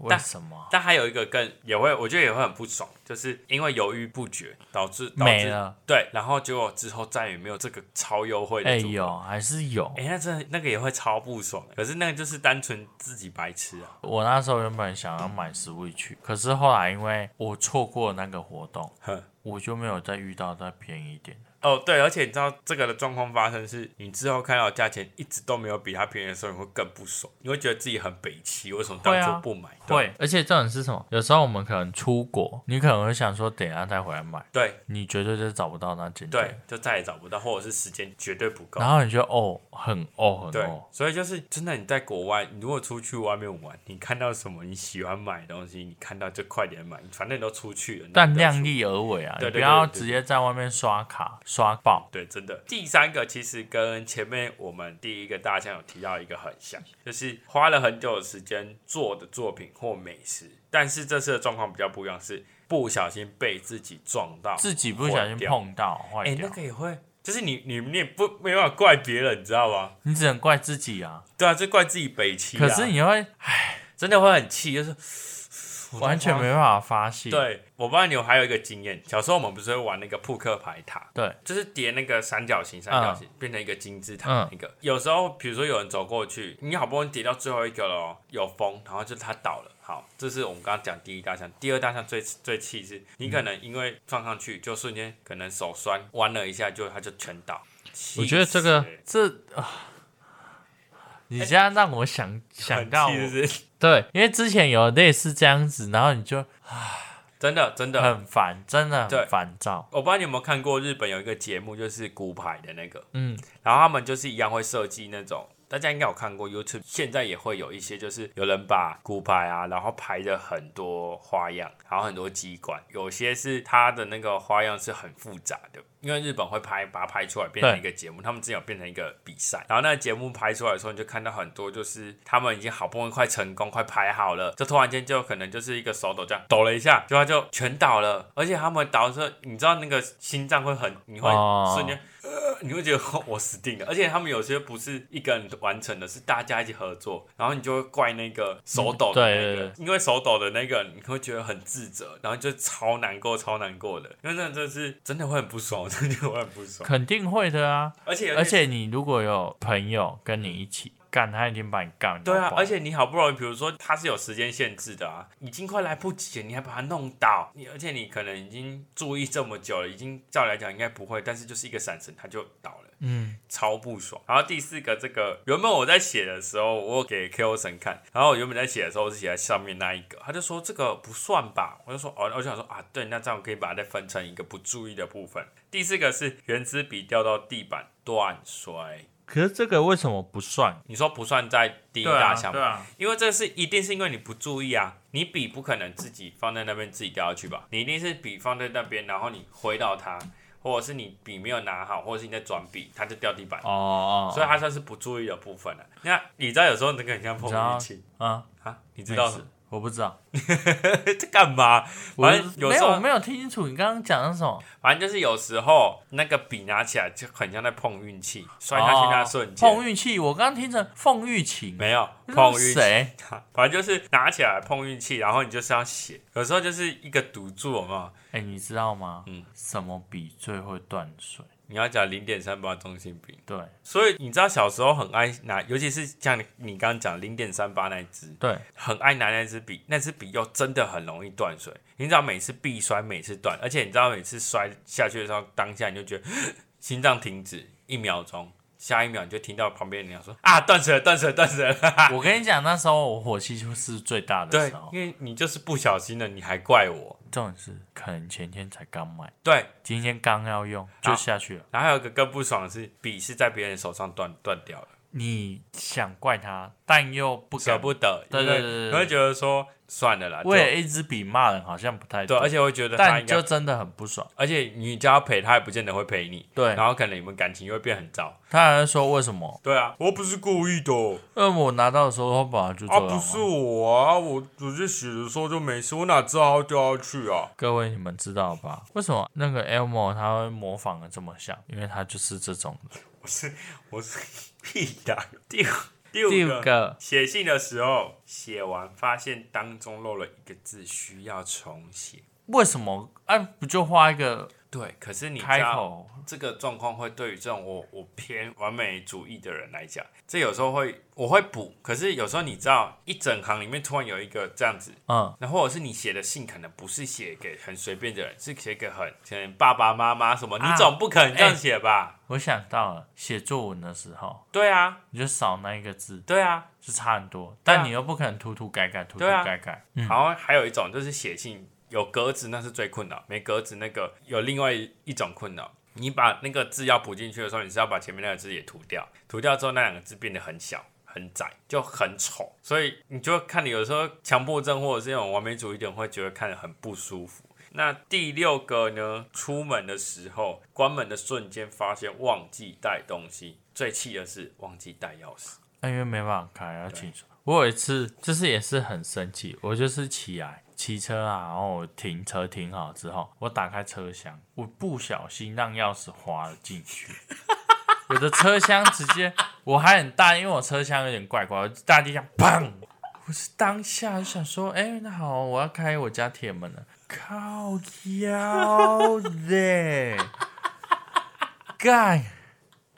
S2: 为
S1: 但
S2: 什么
S1: 但还有一个更也会，我觉得也会很不爽，就是因为犹豫不决导致导
S2: 没
S1: 致
S2: 了？
S1: 对，然后结果之后再也没有这个超优惠
S2: 哎
S1: 的组合。
S2: 有还是有。
S1: 哎、那真的那个也会超不爽，可是那个就是单纯自己白痴啊，
S2: 我那时候原本想要买 Switch，可是后来因为我错过那个活动，
S1: 哼。
S2: 我就没有再遇到再便宜一点的。
S1: 哦，对，而且你知道这个的状况发生是，你之后看到价钱一直都没有比它便宜的时候，你会更不爽，你会觉得自己很北气，为什么当
S2: 会啊
S1: 初不买？对
S2: 会，而且这种是什么？有时候我们可能出国，你可能会想说等一下再回来买，
S1: 对
S2: 你绝对就找不到那件
S1: 对
S2: 店。，
S1: 就再也找不到，或者是时间绝对不够
S2: 然。后你就哦，很哦，很
S1: 对
S2: 哦，，
S1: 所以就是真的，你在国外，你如果出去外面玩，你看到什么你喜欢买的东西，你看到就快点买，反正你都出去了。
S2: 但
S1: 你不要出
S2: 量力而为啊，
S1: 对对
S2: 你不
S1: 对
S2: 要
S1: 对对
S2: 直接在外面刷卡刷爆。
S1: 对，真的。第三个其实跟前面我们第一个大象有提到一个很像，就是花了很久的时间做的作品或美食，但是这次的状况比较不一样，是不小心被自己撞到，
S2: 自己不小心
S1: 坏掉。
S2: 碰到坏
S1: 哎、
S2: 掉
S1: 那，个也会，就是你你你也不没办法怪别人，你知道吗？
S2: 你只能怪自己啊。
S1: 对啊，就怪自己北齐、啊。
S2: 可是你会
S1: 真的会很气，就是我
S2: 完全
S1: 他妈
S2: 没办法发泄。
S1: 对，啊我不知道你有还有一个经验，小时候我们不是会玩那个扑克牌塔，
S2: 对，
S1: 就是叠那个三角形，三角形、变成一个金字塔
S2: 嗯
S1: 那个。有时候比如说有人走过去，你好不容易叠到最后一个了哦，有风，然后就它倒了。好，这是我们刚刚讲第一大项，第二大项最最气是，你可能因为放上去就瞬间可能手酸，弯了一下就它就全倒。
S2: 我觉得这个
S1: 气死
S2: 这啊，你现在让我想
S1: 人
S2: 想到我
S1: 很气是不是
S2: 对，因为之前有类似这样子，然后你就
S1: 真的真的。
S2: 很烦，真的
S1: 对
S2: 很烦躁。
S1: 我不知道你有没有看过日本有一个节目，就是骨牌的那个，
S2: 嗯，
S1: 然后他们就是一样会设计那种，大家应该有看过 YouTube，现在也会有一些，就是有人把骨牌啊，然后排着很多花样，然后很多机关，有些是它的那个花样是很复杂的，因为日本会拍把它拍出来变成一个节目，他们之前有变成一个比赛，然后那个节目拍出来的时候，你就看到很多就是他们已经好不容易快成功，快排好了，就突然间就可能就是一个手抖这样抖了一下，就它就全倒了，而且他们倒的时候，你知道那个心脏会很，你会
S2: 哦
S1: 瞬间。你会觉得 哦我死定了，而且他们有些不是一个人完成的，是大家一起合作，然后你就会怪那个手抖的那个，
S2: 嗯对对
S1: 因为手抖的那个你会觉得很自责，然后就超难过、超难过的，因为那真的是真的会很不爽， 真的会很不爽，
S2: 肯定会的啊。
S1: 而且有
S2: 而
S1: 些
S2: 且你如果有朋友跟你一起干，他已经把你干
S1: 对啊
S2: 到，爆
S1: 而且你好不容易，比如说它是有时间限制的啊，已经快来不及了，你还把它弄倒，你而且你可能已经注意这么久了，已经照理来讲应该不会，但是就是一个闪神它就倒了。
S2: 嗯，
S1: 超不爽。然后第四个，这个原本我在写的时候，我有给 Q 神看，然后我原本在写的时候我是写在上面那一个，他就说这个不算吧，我就说哦，我就想说啊，对，那这样我可以把它再分成一个不注意的部分。第四个是圆珠笔掉到地板断摔，
S2: 可是这个为什么不算？
S1: 你说不算在第一
S2: 对啊
S1: 大项吗？
S2: 对啊
S1: 因为这是一定是因为你不注意啊，你笔不可能自己放在那边自己掉下去吧？你一定是笔放在那边，然后你挥到它，或者是你笔没有拿好，或者是你在转笔，它就掉地板。
S2: 哦哦，
S1: 所以它算是不注意的部分了、那你知道有时候那个很像碰运气
S2: 啊，
S1: 啊，你知
S2: 知
S1: 道
S2: 道
S1: 是
S2: 我不知道，
S1: 这干嘛？
S2: 我
S1: 反正有
S2: 没
S1: 时
S2: 有我
S1: 候，
S2: 没有听清楚你刚刚讲的什么。
S1: 反正就是有时候那个笔拿起来就很像在碰运气，摔下去那瞬间、
S2: 哦碰运气，我刚刚听成凤玉琴，
S1: 没有碰
S2: 那是
S1: 运气，
S2: 谁？
S1: 反正就是拿起来碰运气，然后你就是要写，有时候就是一个赌注，有没有？
S2: 哎、你知道吗？
S1: 嗯
S2: 什么笔最会断水？
S1: 你要讲零点三八中性笔，
S2: 对
S1: 所以你知道小时候很爱拿，尤其是像你你刚刚讲零点三八那一支，
S2: 对，
S1: 很爱拿那支笔，那支笔又真的很容易断水。你知道每次必摔，每次断，而且你知道每次摔下去的时候，当下你就觉得 心脏停止一秒钟，下一秒你就听到旁边的人说啊断水了，断水了，断 水了。
S2: 我跟你讲，那时候我火气就是最大的
S1: 对
S2: 时候，。
S1: 因为你就是不小心了，你还怪我。
S2: 这种是可能前天才刚买，
S1: 对，
S2: 今天刚要用就下去了。
S1: 然后还有一个更不爽的是，笔是在别人手上断断掉了。
S2: 你想怪他，但又不
S1: 舍
S2: 敢。
S1: 不得，
S2: 对
S1: 因为
S2: 对对对对
S1: 你会觉得说算了啦，就
S2: 为了一支笔骂人好像不太
S1: 对，而且我觉得他
S2: 但
S1: 应该
S2: 就，真的很不爽。
S1: 而且你叫他赔，他也不见得会赔你，
S2: 对，
S1: 然后可能你们感情又会变很糟。
S2: 他还会说为什么？
S1: 对啊，我不是故意的哦
S2: 因为我拿到的时候他本来就这
S1: 啊，
S2: 样、
S1: 不是。我啊，我我就写的时候就没事，我哪知道他掉下去啊？
S2: 各位你们知道吧？为什么那个 Elmo 他会模仿的这么像？因为他就是这种的。
S1: 我是我是屁呀！第五第五
S2: 第五
S1: 个
S2: 个，
S1: 写信的时候，写完发现当中漏了一个字，需要重写。
S2: 为什么？啊，不就画一个
S1: 对，可是你知
S2: 开
S1: 道
S2: 口？
S1: 这个状况会对于这种我我偏完美主义的人来讲，这有时候会我会补，可是有时候你知道一整行里面突然有一个这样子，
S2: 嗯，
S1: 然后或者是你写的信可能不是写给很随便的人，是写给很可能爸爸妈妈什么，
S2: 啊
S1: 你总不可能这样写吧？
S2: 我想到了，写作文的时候
S1: 对啊，
S2: 你就少那一个字，
S1: 对啊。
S2: 就差很多。
S1: 对啊
S2: 但你又不可能涂涂改改，涂涂
S1: 对啊
S2: 改改。嗯，
S1: 然后还有一种就是写信有格子，那是最困扰；没格子那个有另外一种困扰。你把那个字要补进去的时候，你是要把前面那个字也涂掉，涂掉之后那两个字变得很小、很窄，就很丑。所以你就看你有时候强迫症或者是那种完美主义的人会觉得看得很不舒服。那第六个呢？出门的时候，关门的瞬间发现忘记带东西，最气的是忘记带钥匙。
S2: 那因为没办法开，要起床。我有一次就是也是很生气，我就是起来骑车啊，然后我停车停好之后，我打开车厢，我不小心让钥匙滑了进去，我的车厢直接我还很大，因为我车厢有点怪怪，我大地上砰！我是当下就想说，哎、那好，我要开我家铁门了，靠腰嘞，干！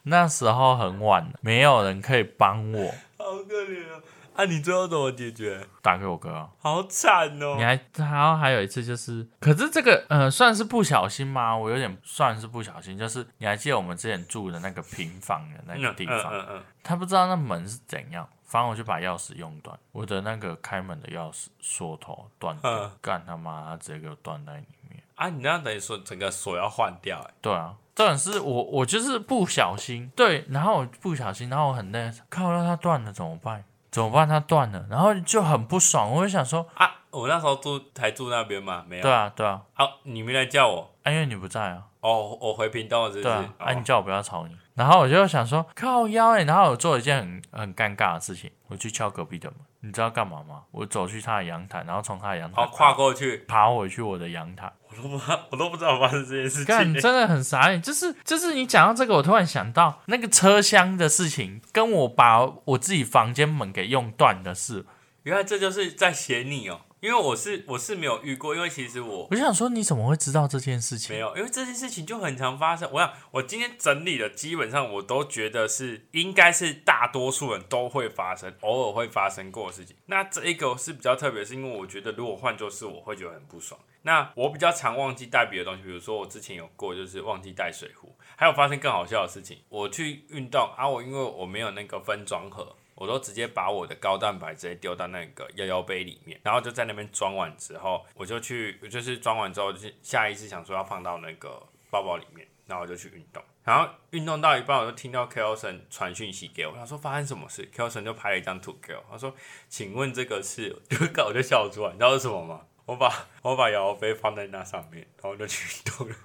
S2: 那时候很晚了，没有人可以帮我。
S1: 好可怜啊！啊，你最后怎么解决？
S2: 打给我哥啊、
S1: 好惨哦
S2: 你还，然后还有一次就是，可是这个呃算是不小心吗？我有点算是不小心，就是你还记得我们之前住的那个平房的那个地方，
S1: 嗯嗯嗯
S2: 他不知道那门是怎样，反正我就把钥匙用断，我的那个开门的钥匙锁头断掉
S1: 嗯，
S2: 干他妈，他直接给我断在里面。
S1: 啊，你那样等于说整个锁要换掉、欸，
S2: 对啊，这种是我我就是不小心，对，然后我不小心，然后我很累，靠，让它断了怎么办？怎么办？它断了，然后就很不爽，我就想说，
S1: 啊，我那时候住还住那边嘛，没有
S2: 对啊，对啊，
S1: 啊，你没来叫我
S2: 啊，因为你不在啊。
S1: 哦，我回屏东了，是不是？
S2: 对啊，啊，你
S1: 哦
S2: 叫我不要吵你。然后我就想说靠腰哎、欸，然后我做了一件很很尴尬的事情，我去敲隔壁的门，你知道干嘛吗？我走去他的阳台，然后从他的阳台
S1: 好哦跨过去，
S2: 爬回去我的 阳台，
S1: 我都不知道，我都不知道发生这件事情、
S2: 干真的很傻眼。就是就是你讲到这个，我突然想到那个车厢的事情，跟我把我自己房间门给用断的事，
S1: 原来这就是在写你哦，因为我是我是没有遇过，因为其实我
S2: 我就想说你怎么会知道这件事情？
S1: 没有，因为这件事情就很常发生。我想我今天整理的，基本上我都觉得是应该是大多数人都会发生，偶尔会发生过的事情。那这一个是比较特别，是因为我觉得如果换做是我会觉得很不爽。那我比较常忘记带别的东西，比如说我之前有过就是忘记带水壶，还有发生更好笑的事情，我去运动啊，我因为我没有那个分装盒。我都直接把我的高蛋白直接丢到那个幺幺杯里面，然后就在那边装完之后，我就去，我就是装完之后，就是下意识想说要放到那个包包里面，然后我就去运动，然后运动到一半，我就听到 k e l s o n 传讯息给我，他说发生什么事 k e l s o n 就拍了一张图给我，他说请问这个是， 就搞我就笑出来，你知道是什么吗？我把我把摇摇杯放在那上面，然后就去运动了。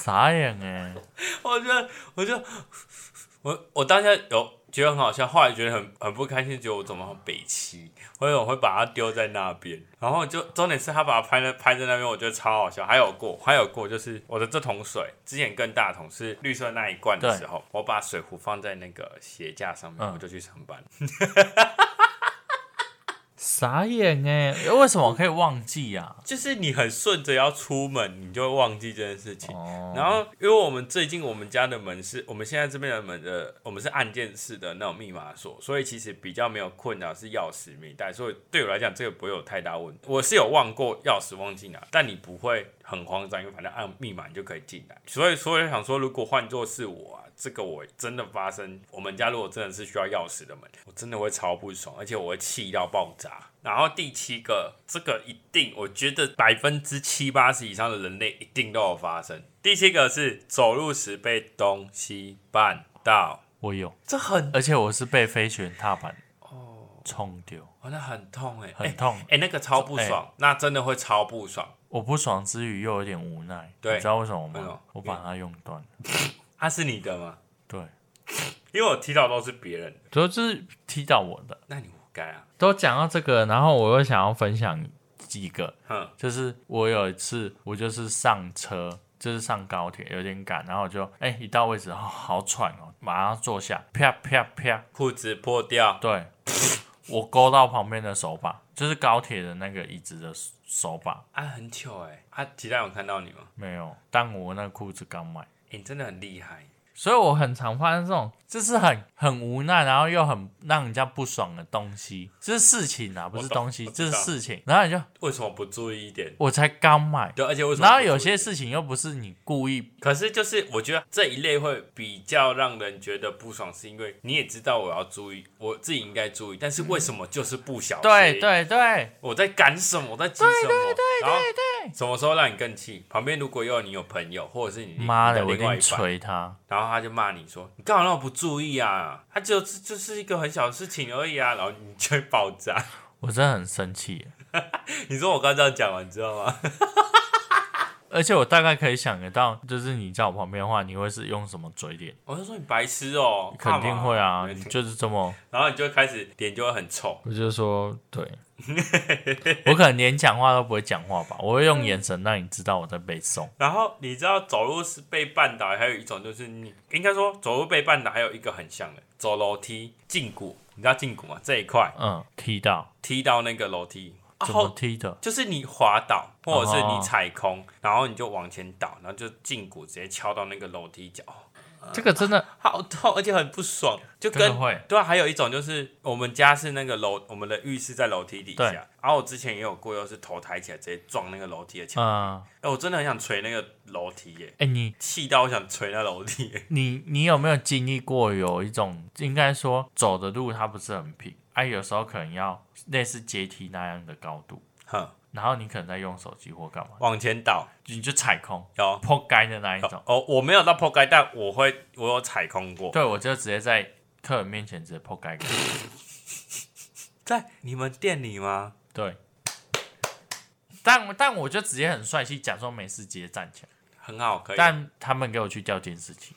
S2: 傻眼哎、
S1: 我觉得，我就，我我当下有觉得很好笑，后来觉得很很不开心，觉得我怎么很北齐，我有会把它丢在那边，然后就重点是他把它拍在拍在那边，我觉得超好笑。还有过，还有过，就是我的这桶水，之前更大桶是绿色那一罐的
S2: 对
S1: 时候，我把水壶放在那个鞋架上面，
S2: 嗯
S1: 我就去上班。
S2: 傻眼哎、为什么我可以忘记啊呀、
S1: 就是你很顺着要出门，你就会忘记这件事情。
S2: 哦，
S1: 然后，因为我们最近我们家的门是我们现在这边的门的，我们是按键式的那种密码锁，所以其实比较没有困扰是钥匙没带，所以对我来讲这个不会有太大问题。我是有忘过钥匙忘记拿，但你不会很慌张，因为反正按密码你就可以进来。所以，所以我想说，如果换做是我啊，这个我真的发生，我们家如果真的是需要钥匙的门，我真的会超不爽，而且我会气到爆炸。然后第七个，这个一定，我觉得百分之七八十以上的人类一定都有发生。第七个是走路时被东西绊到，
S2: 我有，
S1: 这很
S2: 而且我是被飞行员踏板冲丢，
S1: 哦，那很痛哎、欸，
S2: 很痛。
S1: 哎、那个超不爽，那真的会超不爽。
S2: 我不爽之余又有点无奈，
S1: 对
S2: 你知道为什么
S1: 为什么
S2: 吗？我把它用断了。
S1: 他、啊是你的吗？
S2: 对，
S1: 因为我踢到都是别人的，
S2: 主要就是踢到我的。
S1: 那你活该啊。
S2: 都讲到这个，然后我又想要分享几个，
S1: 哼，
S2: 就是我有一次我就是上车，就是上高铁有点赶，然后我就哎、一到位置，哦、好喘哦，马上坐下，啪啪啪，
S1: 裤子破掉，
S2: 对，我勾到旁边的手把，就是高铁的那个椅子的手把，
S1: 啊，很糗哎、啊，其他有看到你吗？
S2: 没有，但我那裤子刚买，
S1: 哎、你真的很厉害。
S2: 所以我很常发生这种，就是很很无奈，然后又很让人家不爽的东西，这是事情啊，不是
S1: 我懂
S2: 东西，
S1: 我
S2: 这
S1: 知
S2: 是
S1: 道
S2: 事情，然后你就
S1: 为什么不注意一点？
S2: 我才刚买，
S1: 对，而且为什么？
S2: 然后有些，事情又不是你故意
S1: 可是就是我觉得这一类会比较让人觉得不爽，是因为你也知道我要注意，我自己应该注意，但是为什么就是不小心？
S2: 对，对对，
S1: 我在赶什么？我在急什么？对对对对什么时候让你更气？旁边如果有你有朋友，或者是你
S2: 妈的，
S1: 你
S2: 我一
S1: 另外
S2: 定
S1: 一半，
S2: 捶他。
S1: 然后他就骂你说：“你干嘛那么不注意啊？他就是就是一个很小的事情而已啊！”然后你就会爆炸。
S2: 我真的很生气耶，
S1: 你说我刚这样讲完，你知道 吗？
S2: 而且我大概可以想得到，就是你在我旁边的话，你会是用什么嘴脸？
S1: 我就说你白痴哦、
S2: 肯定会啊，
S1: 干
S2: 你
S1: 嘛
S2: 就是 这么，
S1: 然后你就会开始脸就会很臭。
S2: 我就说对， 我可能连讲话都不会讲话吧，
S1: 嗯
S2: 我会用眼神让你知道我在背诵。
S1: 然后你知道走路是被绊倒，还有一种就是你应该说走路被绊倒，还有一个很像的走楼梯胫骨，你知道胫骨吗？这一块
S2: 嗯，踢到
S1: 踢到那个楼梯，啊
S2: 怎
S1: 后
S2: 么踢的？
S1: 就是你滑倒，或者是
S2: 哦
S1: 你踩空，然后你就往前倒，然后就胫骨直接敲到那个楼梯角，哦
S2: 呃这个真的
S1: 好痛，而且很不爽，就
S2: 真的
S1: 跟
S2: 会，
S1: 对啊，还有一种就是我们家是那个楼，我们的浴室在楼梯底
S2: 对
S1: 下。然后我之前也有过，又是头抬起来直接撞那个楼梯的墙。哎、
S2: 嗯，
S1: 我真的很想捶那个楼梯耶，
S2: 哎，你
S1: 气到我想捶那楼梯耶。
S2: 你你有没有经历过有一种，应该说走的路它不是很平，哎、有时候可能要类似阶梯那样的高度，
S1: 哼，
S2: 然后你可能在用手机或干嘛，
S1: 往前倒，
S2: 你就踩空，
S1: 有
S2: 破街的那一种。
S1: 哦，我没有到破盖，但我会，我有踩空过。
S2: 对，我就直接在客人面前直接破街。
S1: 在你们店里吗？
S2: 对，但但我就直接很帅气，假装没事，直接站起来。
S1: 很好，可以。
S2: 但他们给我去调监视器，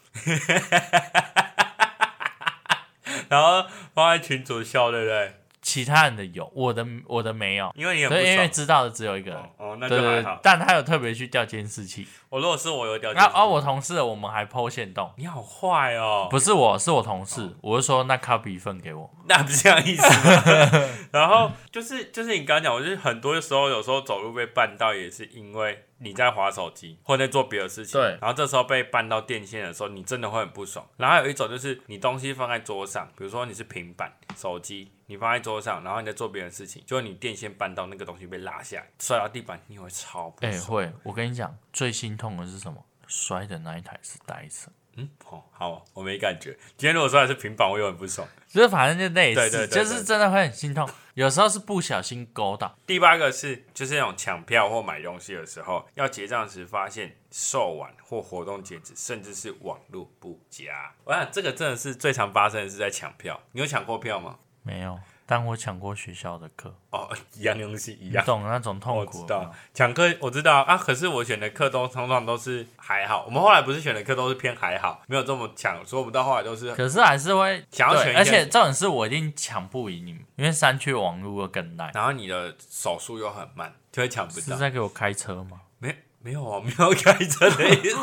S1: 然后放在群主笑，对不对？
S2: 其他人的有，我的我的没有，
S1: 因为你很不
S2: 所以因为
S1: 爽。
S2: 知道的只有一个人。
S1: 哦哦，那
S2: 对
S1: 就
S2: 对
S1: 还
S2: 对
S1: 好，。
S2: 但他有特别去调监视器。
S1: 我如果是我有掉进
S2: 然
S1: 去，
S2: 后哦，我同事的我们还剖线洞，
S1: 你好坏哦，
S2: 不是我是我同事，我是说那 copy 一份给我。
S1: 那不是这样意思吗？然后就是就是你刚刚讲，我就是很多时候有时候走路被绊到，也是因为你在划手机或者在做别的事情。
S2: 对
S1: 然后这时候被绊到电线的时候，你真的会很不爽。然后还有一种就是你东西放在桌上，比如说你是平板、手机，你放在桌上，然后你在做别的事情，就你电线绊到那个东西被拉下来，摔到地板，你会超不
S2: 哎、
S1: 爽。
S2: 会，我跟你讲，最心痛的是什么？摔的那一台是戴森。
S1: 嗯，哦，好哦，我没感觉。今天如果摔的是平板，我也很不爽。
S2: 就是反正就类似，
S1: 对对对对
S2: 就是真的会很心痛。有时候是不小心勾到，
S1: 第八个是，就是那种抢票或买东西的时候，要结账时发现售完或活动截止，甚至是网络不佳。我想这个真的是最常发生的是在抢票。你有抢过票吗？
S2: 没有，但我抢过学校的课，
S1: 哦，一样东西一
S2: 你
S1: 样。
S2: 懂那种痛
S1: 我知
S2: 苦啊有没
S1: 道
S2: 有。
S1: 抢课我知道啊，可是我选的课都通常都是还好。我们后来不是选的课都是偏还好，没有这么抢，所以我们到后来都是
S2: 可是还是会
S1: 想要
S2: 对
S1: 选一
S2: 而
S1: 件
S2: 且这种事我一定抢不赢你们，因为山区网络会更烂。
S1: 然后你的手速又很慢，就会抢不
S2: 是
S1: 到。
S2: 在给我开车吗？
S1: 没没有啊，没有开车的意思。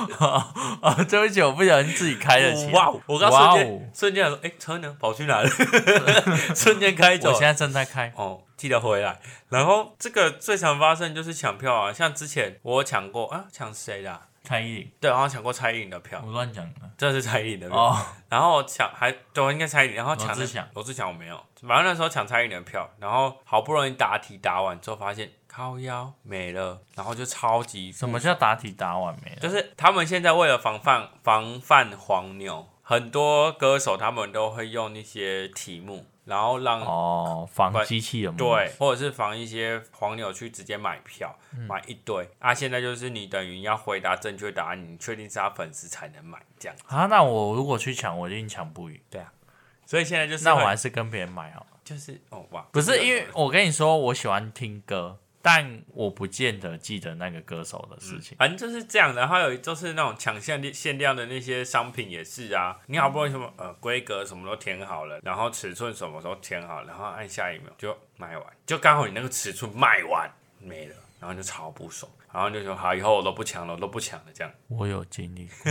S2: 啊，对不起，我不小心自己开了起来。
S1: 哇哦！我刚瞬
S2: 哇哦
S1: 间！瞬间想说，哎、车呢？跑去哪了？ 瞬间开走
S2: 我现。在正在开，
S1: 哦，记得回来。然后这个最常发生就是抢票啊，像之前我有抢过啊，抢谁的、啊？
S2: 开一零，
S1: 对，然后抢过蔡依林的票，
S2: 我乱讲的。
S1: 真的是蔡依林的票。
S2: 哦，
S1: 然后抢还对，我应该蔡依林，然后抢
S2: 罗志
S1: 那
S2: 祥，
S1: 罗志祥我没有，反正那时候抢蔡依林的票，然后好不容易答题答完之后发现靠腰没了，然后就超级
S2: 什么叫答题答完啊没了？
S1: 就是他们现在为了防范防范黄牛，很多歌手他们都会用一些题目，然后让
S2: 哦，防机器人
S1: 对，或者是防一些黄牛去直接买票、
S2: 嗯
S1: 买一堆啊。现在就是你等于要回答正确答案，你确定是他粉丝才能买这样。
S2: 啊，那我如果去抢，我一定抢不赢。
S1: 所以现在就是
S2: 那我
S1: 很
S2: 还是跟别人买好了。
S1: 就是哦哇，
S2: 不是因为我跟你说，我喜欢听歌，但我不见得记得那个歌手的事情。
S1: 反正就是这样的，还有就是那种抢限量限量的那些商品也是啊，你好不容易什么呃规格什么都填好了，然后尺寸什么时候填好，然后按下一秒就卖完，就刚好你那个尺寸卖完没了，然后就超不爽，然后就说好以后我都不抢了，我都不抢了这样。
S2: 我有经历过，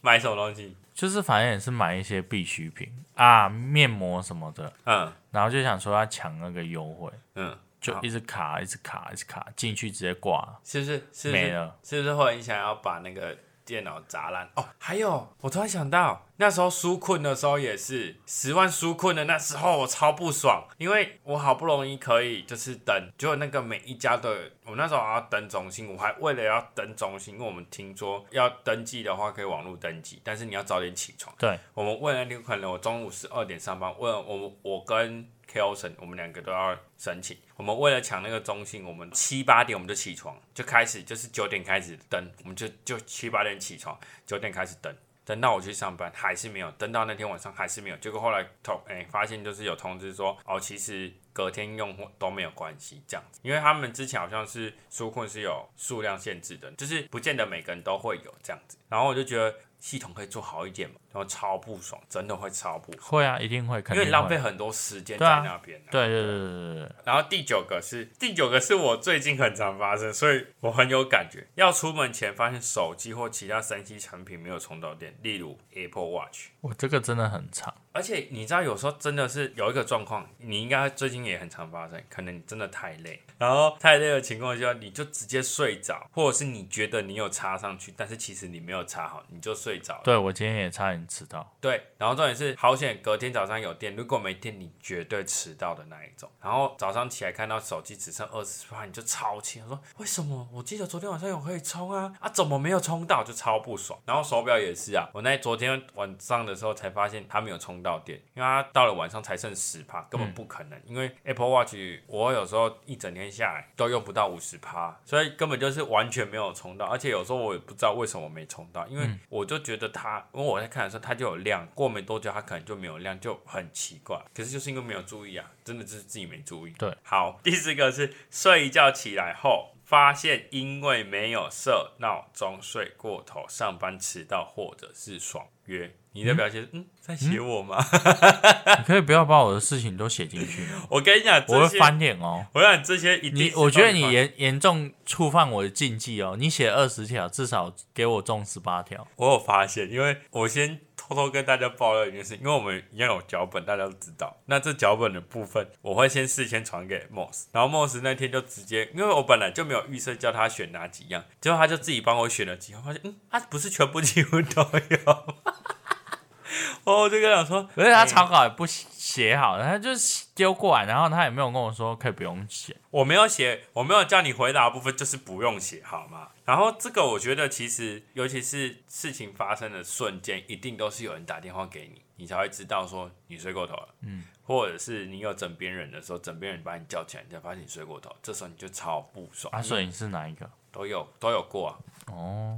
S1: 买什么东西？
S2: 就是反正也是买一些必需品啊，面膜什么的，
S1: 嗯
S2: 然后就想说要抢那个优惠，
S1: 嗯，
S2: 就
S1: 好
S2: 一直卡，一直卡，一直卡，进去直接挂，
S1: 是不是？是不
S2: 没
S1: 是？
S2: 了。
S1: 是不是会很想要把那个电脑砸烂？哦，还有，我突然想到，那时候纾困的时候也是十万纾困的，那时候我超不爽，因为我好不容易可以就是等，结果那个每一家都有，我那时候还要登中心，我还为了要登中心，因为我们听说要登记的话可以网络登记，但是你要早点起床。
S2: 对，
S1: 我们为了那个可能我中午十二点上班，为了我们我跟 KO 神，我们两个都要申请。我们为了抢那个中信，我们七八点我们就起床，就开始就是九点开始登，我们就就七八点起床，九点开始登。等到我去上班还是没有，登到那天晚上还是没有，结果后来通哎、发现就是有通知说哦，其实隔天用户都没有关系这样子，因为他们之前好像是纾困是有数量限制的，就是不见得每个人都会有这样子，然后我就觉得系统可以做好一点嘛，然后超不爽，真的会超不爽，
S2: 会啊，一定会，肯
S1: 因为
S2: 定会
S1: 你浪费。很多时间在
S2: 对啊
S1: 那边、啊。
S2: 对对对对对对，
S1: 然后第九个是第九个是我最近很常发生，所以我很有感觉。要出门前发现手机或其他三 C 产品没有充到电，例如 Apple Watch。
S2: 我这个真的很长。
S1: 而且你知道，有时候真的是有一个状况，你应该最近也很常发生，可能你真的太累，然后太累的情况下，你就直接睡着，或者是你觉得你有插上去，但是其实你没有插好，你就睡着了。
S2: 对我今天也差点迟到。
S1: 对，然后重点是好险，隔天早上有电，如果没电，你绝对迟到的那一种。然后早上起来看到手机只剩二十趴，你就超气，我说为什么？我记得昨天晚上有可以充啊，啊怎么没有充到？就超不爽。然后手表也是啊，我那昨天晚上的时候才发现它没有充到电，因为它到了晚上才剩十趴，根
S2: 嗯
S1: 本不可能。因为 Apple Watch 我有时候一整天下来都用不到五十趴，所以根本就是完全没有充到。而且有时候我也不知道为什么没充到，因为
S2: 嗯
S1: 我就觉得它，因为我在看的时候它就有亮，过没多久它可能就没有亮，就很奇怪。可是就是因为没有注意啊，真的就是自己没注意。
S2: 对，
S1: 好，第四个是睡一觉起来后。发现因为没有设闹钟睡过头，上班迟到或者是爽约，你的表现是嗯在写我吗？
S2: 你可以不要把我的事情都写进去 吗，
S1: 我跟你讲，
S2: 我
S1: 这
S2: 会
S1: 些
S2: 翻脸哦。
S1: 我想这些一定
S2: 你，
S1: 是
S2: 我觉得
S1: 帮
S2: 你
S1: 忙
S2: 严严重触犯我的禁忌哦。你写二十条，至少给我中十八条。
S1: 我有发现，因为我先偷偷跟大家爆料一件事，因为我们一样有脚本，大家都知道。那这脚本的部分，我会先事先传给 Moss，然后 Moss 那天就直接，因为我本来就没有预设叫他选哪几样，结果他就自己帮我选了几样，发现嗯，他不是全部几乎都有。 哦，我就跟他讲说，哎
S2: 可是他草稿也不写好，他就是丢过来，然后他也没有跟我说可以不用写。
S1: 我没有写，我没有叫你回答的部分就是不用写，好吗？然后这个我觉得其实，尤其是事情发生的瞬间，一定都是有人打电话给你，你才会知道说你睡过头了，嗯，或者是你有枕边人的时候，枕边人把你叫起来，你才发现你睡过头，这时候你就超不爽，
S2: 啊，所以你是哪一个？
S1: 都有都有过啊，
S2: 哦，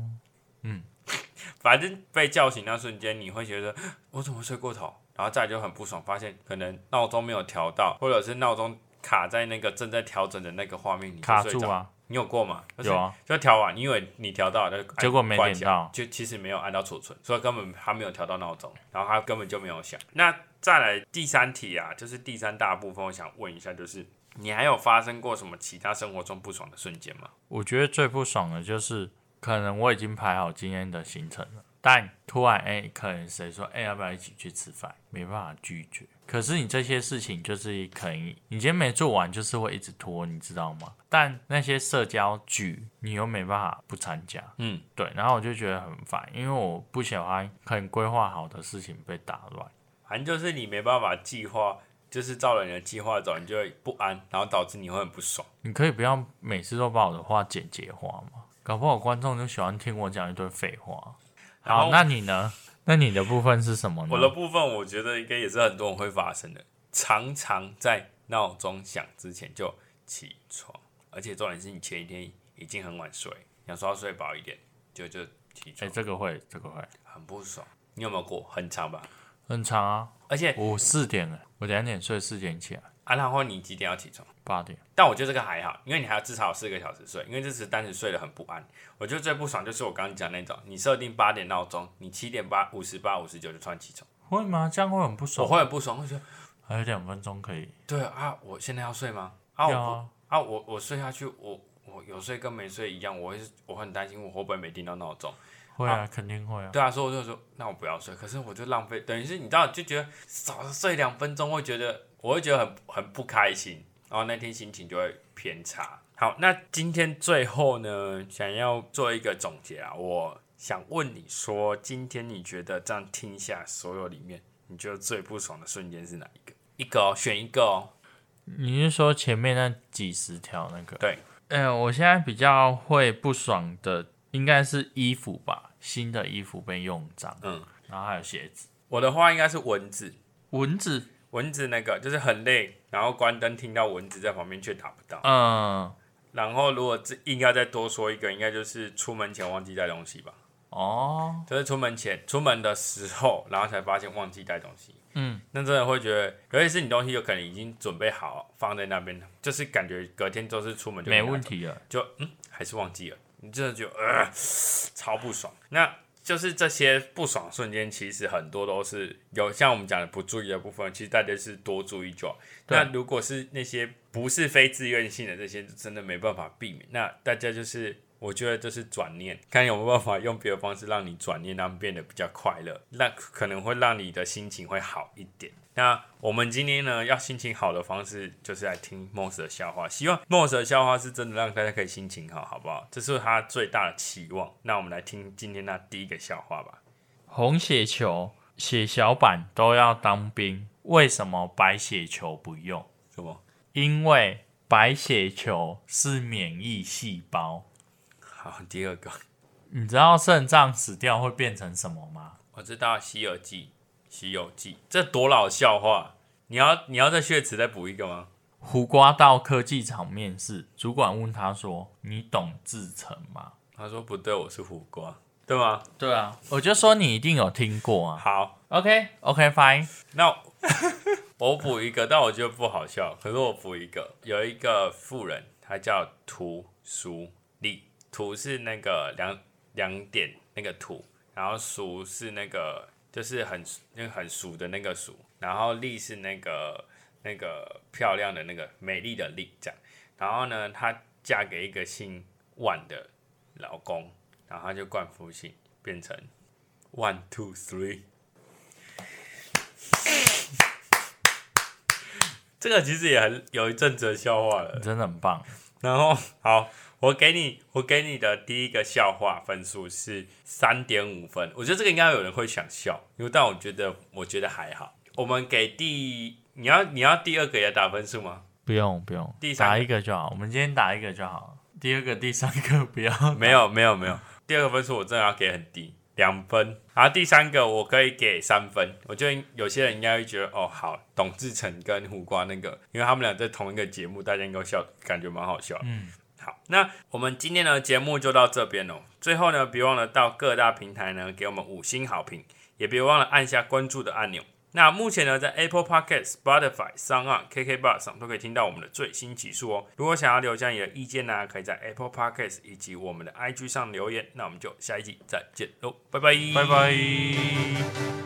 S1: 反正被叫醒那瞬间，你会觉得 我怎么会睡过头，然后再来就很不爽，发现可能闹钟没有调到，或者是闹钟卡在那个正在调整的那个画面里
S2: 卡住
S1: 啊。
S2: 啊，
S1: 你有过吗？就是
S2: 有啊，
S1: 就调完，你以为你调到了，就
S2: 结果没
S1: 关
S2: 点
S1: 起来
S2: 到。
S1: 就其实没有按到储存，所以根本他没有调到闹钟，然后他根本就没有响。那再来第三题啊，就是第三大部分，我想问一下，就是你还有发生过什么其他生活中不爽的瞬间吗？
S2: 我觉得最不爽的就是，可能我已经排好今天的行程了，但突然哎、可能谁说哎、要不要一起去吃饭，没办法拒绝。可是你这些事情就是可能你今天没做完，就是会一直拖，你知道吗？但那些社交局你又没办法不参加，
S1: 嗯，
S2: 对，然后我就觉得很烦，因为我不喜欢很规划好的事情被打乱。
S1: 反正就是你没办法计划，就是照了你的计划走，你就会不安，然后导致你会很不爽。
S2: 你可以不要每次都把我的话简洁化吗？搞不好观众就喜欢听我讲一堆废话。
S1: 然后
S2: 好，那你呢？那你的部分是什么呢？
S1: 我的部分，我觉得应该也是很多人会发生的，常常在闹钟响之前就起床，而且重点是你前一天已经很晚睡，想说要睡饱一点，就就起
S2: 哎、
S1: 床，
S2: 这个会，这个会，
S1: 很不爽。你有没有过？很长吧？
S2: 很长啊。
S1: 而且
S2: 我四点了，我两点睡，四点起来，
S1: 啊，然后你几点要起床？
S2: 八点。
S1: 但我觉得这个还好，因为你还要至少有四个小时睡，因为这只是单纯睡得很不安。我觉得最不爽就是我刚刚讲那种，你设定八点闹钟，你七点八五十八、五十九就突然起床，
S2: 会吗？这样会很不
S1: 我
S2: 爽。
S1: 会很不爽，我就觉得
S2: 还有两分钟可以。
S1: 对啊，我现在要睡吗？啊，我
S2: 要
S1: 不
S2: 啊
S1: 啊，我我睡下去，我我有睡跟没睡一样，我会我很担心我会不会没听到闹钟。
S2: 会啊，肯定会啊。
S1: 对啊，所以我就说，那我不要睡。可是我就浪费，等于是你知道，就觉得少睡两分钟，会觉得我会觉得很很不开心，然后那天心情就会偏差。好，那今天最后呢，想要做一个总结啊，我想问你说，今天你觉得这样听下所有里面，你觉得最不爽的瞬间是哪一个？一个哦，选一个哦。
S2: 你是说前面那几十条那个？
S1: 对。
S2: 嗯、我现在比较会不爽的应该是衣服吧，新的衣服被用脏，
S1: 嗯，
S2: 然后还有鞋子、
S1: 我的话应该是蚊子，
S2: 蚊子，
S1: 蚊子那个就是很累，然后关灯听到蚊子在旁边却打不到。
S2: 嗯、
S1: 然后如果这硬要再多说一个，应该就是出门前忘记带东西吧。
S2: 哦，
S1: 就是出门前、出门的时候，然后才发现忘记带东西，
S2: 嗯，
S1: 那真的会觉得，尤其是你东西有可能已经准备好放在那边，就是感觉隔天就是出门就可以
S2: 没
S1: 拿
S2: 问
S1: 走，
S2: 题了。
S1: 就嗯还是忘记了，你真的就呃超不爽。那就是这些不爽瞬间，其实很多都是有像我们讲的不注意的部分，其实大家是多注意就好。
S2: 对
S1: 那如果是那些不是非自愿性的这些，就真的没办法避免。那大家就是，我觉得就是转念，看有没有办法用别的方式让你转念，让变得比较快乐，那可能会让你的心情会好一点。那我们今天呢，要心情好的方式就是来听 Moss 的笑话，希望 Moss 的笑话是真的让大家可以心情好，好不好？这是他最大的期望。那我们来听今天那第一个笑话吧。
S2: 红血球、血小板都要当兵，为什么白血球不用？
S1: 什么？
S2: 因为白血球是免疫细胞。
S1: 好，第二个，
S2: 你知道肾脏死掉会变成什么吗？
S1: 我知道《西游记》，《西游记》这多老笑话！你要你要在血池再补一个吗？
S2: 胡瓜到科技厂面试，主管问他说：“你懂制程吗
S1: 他说不对，我是胡瓜，对吗？？”
S2: 对啊，我就说你一定有听过啊。
S1: 好，
S2: OK OK fine，
S1: 那我 我补一个，但我觉得不好笑，可是我补一个，有一个富人，他叫屠苏丽，屠是那个两两点那个屠，然后熟是那个就是很那个很熟的那个熟，然后丽是那个那个漂亮的那个美丽的丽这样。然后呢，她嫁给一个姓万的老公，然后她就冠夫姓变成 one two three。这个其实也很有一阵子的笑话了
S2: 你。真的很棒。
S1: 然后好，我给你我给你的第一个笑话分数是三点五分，我觉得这个应该有人会想笑，因为但我觉得我觉得还好。我们给第你要你要第二个也打分数吗？
S2: 不用不用，
S1: 第三个
S2: 打一个就好。我们今天打一个就好了。第二个、第三个不要。
S1: 没有没有没有，第二个分数我真的要给很低，两分。然后第三个我可以给三分，我觉得有些人应该会觉得哦好，董志成跟胡瓜那个，因为他们俩在同一个节目，大家应该会笑，感觉蛮好笑的。
S2: 嗯，
S1: 好，那我们今天的节目就到这边喽。最后呢，别忘了到各大平台呢给我们五星好评，也别忘了按下关注的按钮。那目前呢，在 Apple Podcast、Spotify、s o n g KK Bus 上都可以听到我们的最新集数哦。如果想要留下你的意见呢、可以在 Apple Podcast 以及我们的 IG 上留言。那我们就下一集再见喽，拜拜，
S2: 拜拜。